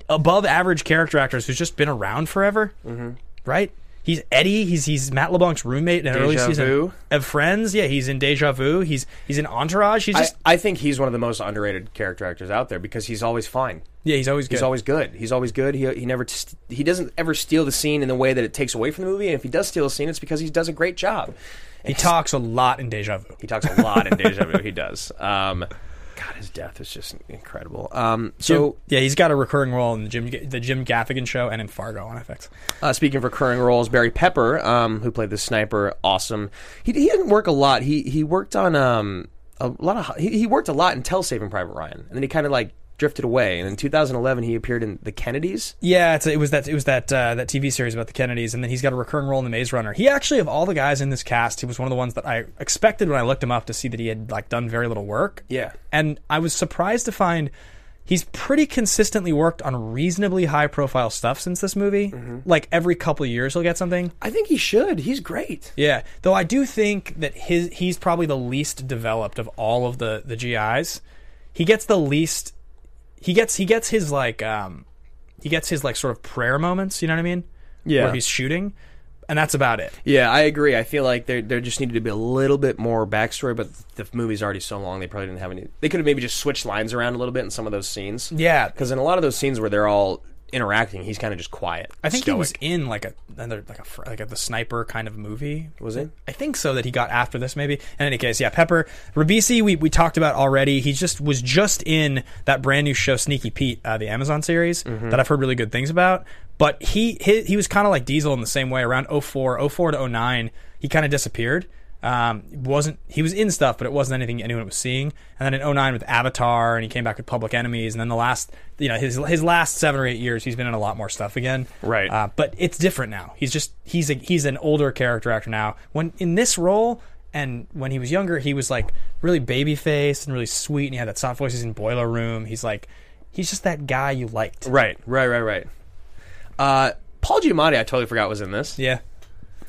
Speaker 1: above average character actors who's just been around forever, mm-hmm. right? He's Eddie. He's he's Matt LeBlanc's roommate in an early
Speaker 3: Deja
Speaker 1: season
Speaker 3: Vu.
Speaker 1: of Friends. Yeah, he's in Deja Vu. He's he's in Entourage. He's
Speaker 3: I,
Speaker 1: just
Speaker 3: I think he's one of the most underrated character actors out there because he's always fine.
Speaker 1: yeah. He's always good.
Speaker 3: He's always good. He's always good. He, he never t- he doesn't ever steal the scene in the way that it takes away from the movie. And if he does steal a scene, it's because he does a great job.
Speaker 1: he talks a lot in Deja Vu.
Speaker 3: He talks a lot in Deja Vu. He does. Um, God, his death is just incredible. Um, so
Speaker 1: Jim- yeah, he's got a recurring role in the Jim the Jim Gaffigan show and in Fargo on FX.
Speaker 3: Uh, speaking of recurring roles, Barry Pepper, um, who played the sniper, awesome. He, he didn't work a lot. He he worked on um, a lot of he, he worked a lot until Saving Private Ryan, and then he kind of like drifted away. And in 2011, he appeared in The Kennedys.
Speaker 1: Yeah, it's, it was that it was that uh, that TV series about the Kennedys, and then he's got a recurring role in The Maze Runner. He actually, of all the guys in this cast, he was one of the ones that I expected when I looked him up to see that he had like done very little work.
Speaker 3: Yeah.
Speaker 1: and I was surprised to find He's pretty consistently worked on reasonably high profile stuff since this movie. Like every couple of years, he'll get something.
Speaker 3: I think he should. He's great.
Speaker 1: Yeah, though I do think that his he's probably the least developed of all of the the GIs. He gets the least. He gets he gets his like um, he gets his like sort of prayer moments. You know what I mean?
Speaker 3: Yeah.
Speaker 1: Where he's shooting, and that's about it.
Speaker 3: Yeah, I agree. I feel like there there just needed to be a little bit more backstory, but the movie's already so long they probably didn't have any. They could have maybe just switched lines around a little bit in some of those scenes.
Speaker 1: Yeah.
Speaker 3: because in a lot of those scenes where they're all interacting, he's kind of just quiet.
Speaker 1: I think
Speaker 3: stoic.
Speaker 1: he was in like a another like a fr- like a, the sniper kind of movie.
Speaker 3: Was he?
Speaker 1: I think so. That he got after this maybe. In any case, yeah, Pepper Ribisi we we talked about already. He just was just in that brand new show Sneaky Pete, uh, the Amazon series that I've heard really good things about. But he he, he was kind of like Diesel in the same way. Around 04, 04 to 09, he kind of disappeared. Um, wasn't he was in stuff, but it wasn't anything anyone was seeing. And then in 09 with Avatar, and he came back with Public Enemies, and then the last, you know, his his last seven or eight years, he's been in a lot more stuff again.
Speaker 3: Right.
Speaker 1: Uh, but it's different now. He's just he's a, he's an older character actor now. When in this role, and when he was younger, he was like really baby faced and really sweet, and he had that soft voice. He's in Boiler Room. He's like he's just that guy you liked.
Speaker 3: Right, right, right, right. Uh, Paul Giamatti, I totally forgot was in this.
Speaker 1: Yeah.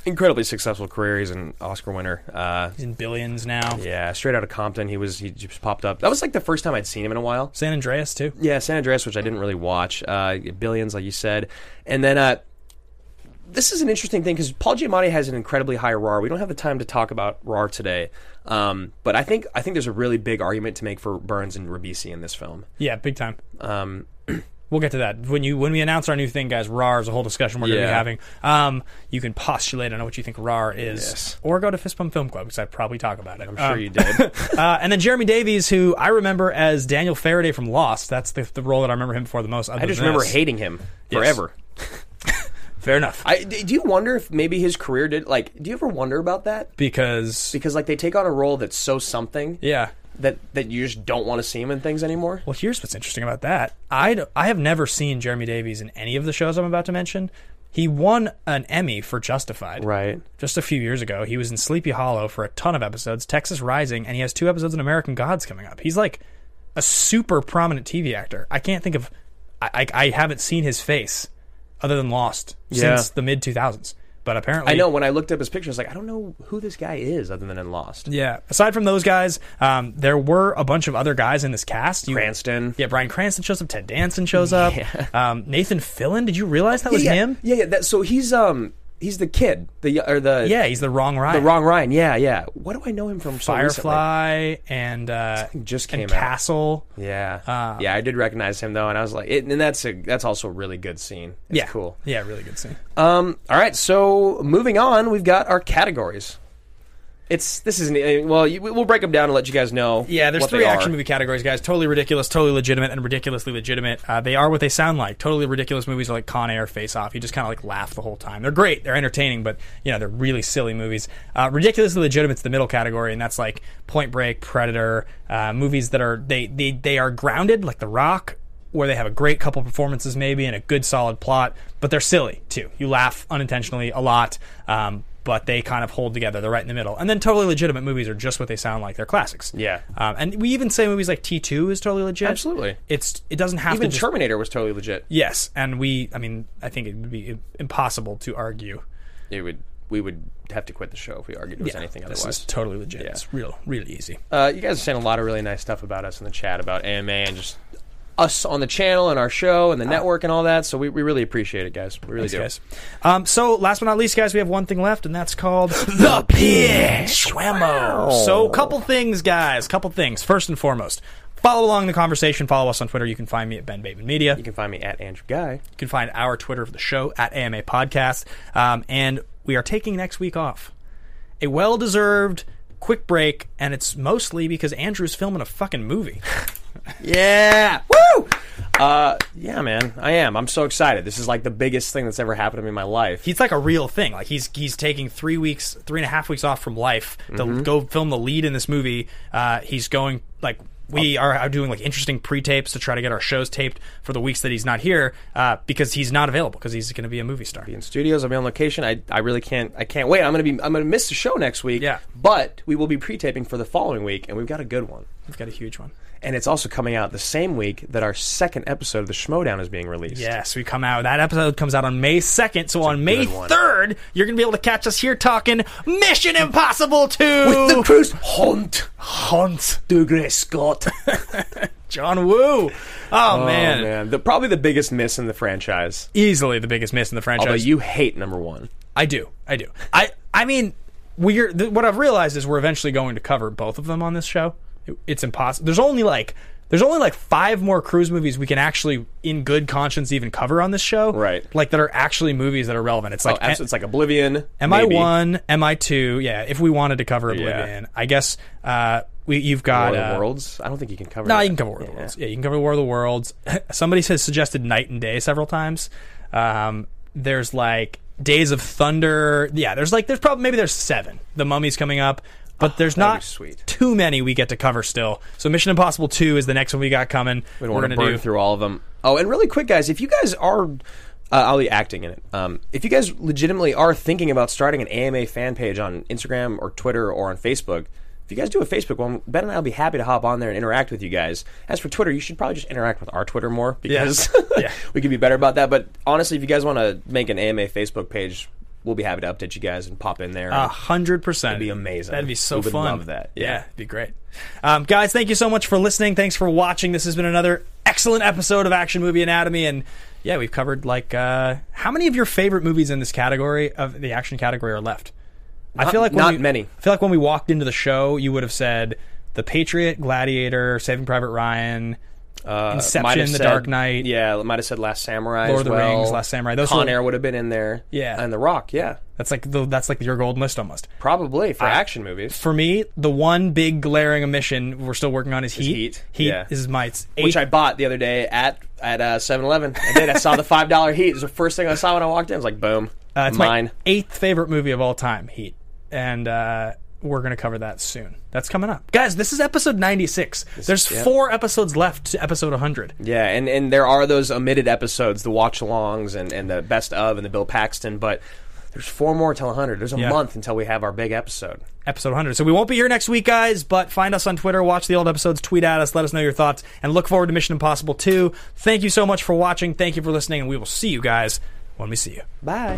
Speaker 3: Incredibly successful career. He's an Oscar winner. Uh,
Speaker 1: He's in Billions now.
Speaker 3: yeah, straight out of Compton, he was he just popped up. That was like the first time I'd seen him in a while.
Speaker 1: San Andreas too.
Speaker 3: Yeah, San Andreas, which I didn't really watch. Uh, billions, like you said, and then uh, this is an interesting thing because Paul Giamatti has an incredibly high RAR. We don't have the time to talk about RAR today, um, but I think I think there's a really big argument to make for Burns and Ribisi in this film.
Speaker 1: Yeah, big time.
Speaker 3: Um,
Speaker 1: *clears throat* We'll get to that when you when we announce our new thing, guys. RAR is a whole discussion we're going to
Speaker 3: Yeah.
Speaker 1: be having. Um, you can postulate on what you think RAR is,
Speaker 3: Yes.
Speaker 1: or go to Fist Bump Film Club because I probably talk about it. Um,
Speaker 3: I'm sure you
Speaker 1: *laughs*
Speaker 3: did.
Speaker 1: uh, and then Jeremy Davies, who I remember as Daniel Faraday from Lost. That's the, the role that I remember him for the most.
Speaker 3: I just remember hating him forever.
Speaker 1: Fair enough.
Speaker 3: I, d- do you wonder if maybe his career did like? Do you ever wonder about that?
Speaker 1: because
Speaker 3: Because like they take on a role that's so something
Speaker 1: yeah.
Speaker 3: that that you just don't want to see him in things anymore.
Speaker 1: Well, here's what's interesting about that. I d- I have never seen Jeremy Davies in any of the shows I'm about to mention. He won an Emmy for Justified.
Speaker 3: Right.
Speaker 1: just a few years ago. He was in Sleepy Hollow for a ton of episodes, Texas Rising, and he has two episodes in American Gods coming up. He's like a super prominent TV actor. I can't think of, I, I, I haven't seen his face other than Lost
Speaker 3: Yeah.
Speaker 1: since the mid 2000s. But apparently,
Speaker 3: I know when I looked up his pictures, like I don't know who this guy is other than in Lost.
Speaker 1: Yeah. Aside from those guys, um, there were a bunch of other guys in this cast. You,
Speaker 3: Cranston.
Speaker 1: Yeah, Brian Cranston shows up. Ted Danson shows up. Um, Nathan Fillion. Did you realize that was
Speaker 3: yeah,
Speaker 1: him?
Speaker 3: Yeah, yeah. That, so he's um he's the kid, the or the
Speaker 1: Yeah, he's the wrong Ryan.
Speaker 3: the wrong Ryan. Yeah, yeah. What do I know him from? so
Speaker 1: Firefly and uh,
Speaker 3: recently? just came
Speaker 1: and
Speaker 3: out.
Speaker 1: Castle.
Speaker 3: Yeah,
Speaker 1: Uh,
Speaker 3: yeah. I did recognize him though, and I was like, it, and that's a that's also a really good scene. It's
Speaker 1: yeah,
Speaker 3: cool.
Speaker 1: Yeah, really good scene.
Speaker 3: Um, all right, so moving on, we've got our categories. It's this is an, well, you, we'll break them down and let you guys know.
Speaker 1: Yeah, there's
Speaker 3: what
Speaker 1: three
Speaker 3: they
Speaker 1: action
Speaker 3: are.
Speaker 1: movie categories, guys. Totally ridiculous, totally legitimate, and ridiculously legitimate. Uh, they are what they sound like. Totally ridiculous movies are like Con Air, Face Off. You just kind of like laugh the whole time. They're great, they're entertaining, but you know they're really silly movies. Uh, ridiculously legitimate's the middle category, and that's like Point Break, Predator, uh, movies that are they they they are grounded, like The Rock. Where they have a great couple performances, maybe, and a good solid plot, but they're silly too. You laugh unintentionally a lot, um, but they kind of hold together. They're right in the middle. And then totally legitimate movies are just what they sound like. They're classics.
Speaker 3: Yeah.
Speaker 1: Um, and we even say movies like T2 is totally legit.
Speaker 3: Absolutely.
Speaker 1: It's it doesn't have
Speaker 3: Even
Speaker 1: to just-
Speaker 3: Terminator was totally legit.
Speaker 1: Yes, and we I mean I think it would be impossible to argue
Speaker 3: It would we would have to quit the show if we argued it was
Speaker 1: Yeah,
Speaker 3: anything
Speaker 1: this
Speaker 3: otherwise.
Speaker 1: is totally legit.
Speaker 3: Yeah.
Speaker 1: It's real real easy.
Speaker 3: Uh, you guys are saying a lot of really nice stuff about us in the chat about AMA and just us on the channel and our show and the network and all that. So we, we really appreciate it, guys. We really
Speaker 1: Thanks,
Speaker 3: do.
Speaker 1: guys. Um, so last but not least, guys, we have one thing left, and that's called
Speaker 3: *laughs* The pitch. Wow.
Speaker 1: *laughs* So, couple things, guys. Couple things. First and foremost, follow along the conversation. Follow us on Twitter. You can find me at Ben Bateman Media.
Speaker 3: You can find me at Andrew Guy.
Speaker 1: You can find our Twitter for the show at AMA Podcast. Um, and we are taking next week off. A well deserved quick break, and it's mostly because Andrew's filming a fucking movie.
Speaker 3: Yeah. Woo. Uh, yeah, man. I am. I'm so excited. This is like the biggest thing that's ever happened to me in my life.
Speaker 1: He's like a real thing. Like he's he's taking three weeks, three and a half weeks off from life to go film the lead in this movie. Uh, he's going like we are are doing like interesting pre-tapes to try to get our shows taped for the weeks that he's not here uh, because he's not available because he's going to be a movie star.
Speaker 3: in studios. I'll be on location. I, I really can't I can't wait. I'm gonna be I'm gonna miss the show next week.
Speaker 1: Yeah.
Speaker 3: But we will be pre taping for the following week and we've got a good one.
Speaker 1: We've got a huge one.
Speaker 3: And it's also coming out the same week that our second episode of the Schmodown is being released.
Speaker 1: Yes, we come out. That episode comes out on May 2nd. So on May
Speaker 3: good one.
Speaker 1: 3rd, you're going to be able to catch us here talking
Speaker 3: *laughs*
Speaker 1: Mission Impossible 2
Speaker 3: With the cruise Hunt
Speaker 1: Hunt
Speaker 3: Dougray Scott.
Speaker 1: John Woo. Oh, *laughs*
Speaker 3: Oh
Speaker 1: man.
Speaker 3: man, The, probably the biggest miss in the franchise.
Speaker 1: Easily the biggest miss in the franchise.
Speaker 3: Although you hate number one.
Speaker 1: I do. I do. I I mean, we're th- what I've realized is we're eventually going to cover both of them on this show. It- It's impossible. There's only like there's only like five more cruise movies we can actually, in good conscience, even cover on this show.
Speaker 3: Right.
Speaker 1: Like that are actually movies that are relevant. It's like
Speaker 3: oh, absolutely. It's like Oblivion.
Speaker 1: MI
Speaker 3: maybe.
Speaker 1: one, MI two. Yeah, if we wanted to cover
Speaker 3: Yeah.
Speaker 1: Oblivion, I guess uh, we you've got
Speaker 3: War of the
Speaker 1: uh,
Speaker 3: Worlds. I don't think you can cover.
Speaker 1: No,
Speaker 3: that.
Speaker 1: you can cover War of the Worlds. Yeah, you can cover War of the Worlds. *laughs* Somebody has suggested Night and Day several times. Um, there's like Days of Thunder. Yeah, there's like there's probably maybe there's seven. The Mummy's coming up, but there's
Speaker 3: Oh, that'd be
Speaker 1: not
Speaker 3: sweet.
Speaker 1: too many we get to cover still. So Mission Impossible Two is the next one we got coming.
Speaker 3: We don't
Speaker 1: We're
Speaker 3: want to
Speaker 1: gonna
Speaker 3: burn
Speaker 1: do
Speaker 3: through all of them. Oh, and really quick, guys, if you guys are, uh, I'll be acting in it. Um, if you guys legitimately are thinking about starting an AMA fan page on Instagram or Twitter or on Facebook, if you guys do a Facebook one, Ben and I will be happy to hop on there and interact with you guys. As for Twitter, you should probably just interact with our Twitter more because
Speaker 1: *laughs*
Speaker 3: *laughs*
Speaker 1: Yeah.
Speaker 3: we could be better about that. But honestly, if you guys want to make an AMA Facebook page, we'll be happy to update you guys and pop in there.
Speaker 1: A hundred percent.
Speaker 3: It'd be amazing.
Speaker 1: That'd be so
Speaker 3: We would
Speaker 1: fun.
Speaker 3: love that.
Speaker 1: Yeah.
Speaker 3: Yeah.
Speaker 1: it'd be great. Um, guys, thank you so much for listening. Thanks for watching. This has been another excellent episode of Action Movie Anatomy, and yeah, we've covered like uh, how many of your favorite movies in this category of the action category are left? I
Speaker 3: Not-
Speaker 1: feel like when
Speaker 3: not
Speaker 1: we-
Speaker 3: many.
Speaker 1: I feel like when we walked into the show, you would have said The Patriot, Gladiator, Saving Private Ryan.
Speaker 3: Uh,
Speaker 1: Inception,
Speaker 3: might have
Speaker 1: The
Speaker 3: said-
Speaker 1: Dark Knight.
Speaker 3: Yeah, might have said Last Samurai.
Speaker 1: Lord
Speaker 3: as
Speaker 1: of the
Speaker 3: well.
Speaker 1: Rings, Last Samurai. Those
Speaker 3: Con
Speaker 1: were-
Speaker 3: Air would have been in there.
Speaker 1: Yeah.
Speaker 3: and The Rock. Yeah,
Speaker 1: That's like the, that's like your gold list almost.
Speaker 3: probably for action movies.
Speaker 1: For me, the one big glaring omission we're still working on is Heat.
Speaker 3: Heat,
Speaker 1: Heat
Speaker 3: yeah.
Speaker 1: is my
Speaker 3: Which
Speaker 1: eighth-
Speaker 3: I bought the other day at at uh, Seven Eleven. I did. I saw the five *laughs* dollar heat. It was the first thing I saw when I walked in. I was like, boom,
Speaker 1: Uh, it's
Speaker 3: mine.
Speaker 1: my eighth favorite movie of all time, Heat, and uh, we're gonna cover that soon. That's coming up, guys. This is episode ninety six. There's
Speaker 3: yeah.
Speaker 1: four episodes left to episode one hundred.
Speaker 3: Yeah, and, and there are those omitted episodes, the watch alongs and, and the best of and the Bill Paxton, but there's four more till 100. There's a
Speaker 1: Yeah.
Speaker 3: month until we have our big episode.
Speaker 1: Episode one hundred. So we won't be here next week, guys. But find us on Twitter, watch the old episodes, tweet at us, let us know your thoughts, and look forward to Mission Impossible two. Thank you so much for watching. Thank you for listening, and we will see you guys when we see you.
Speaker 3: Bye.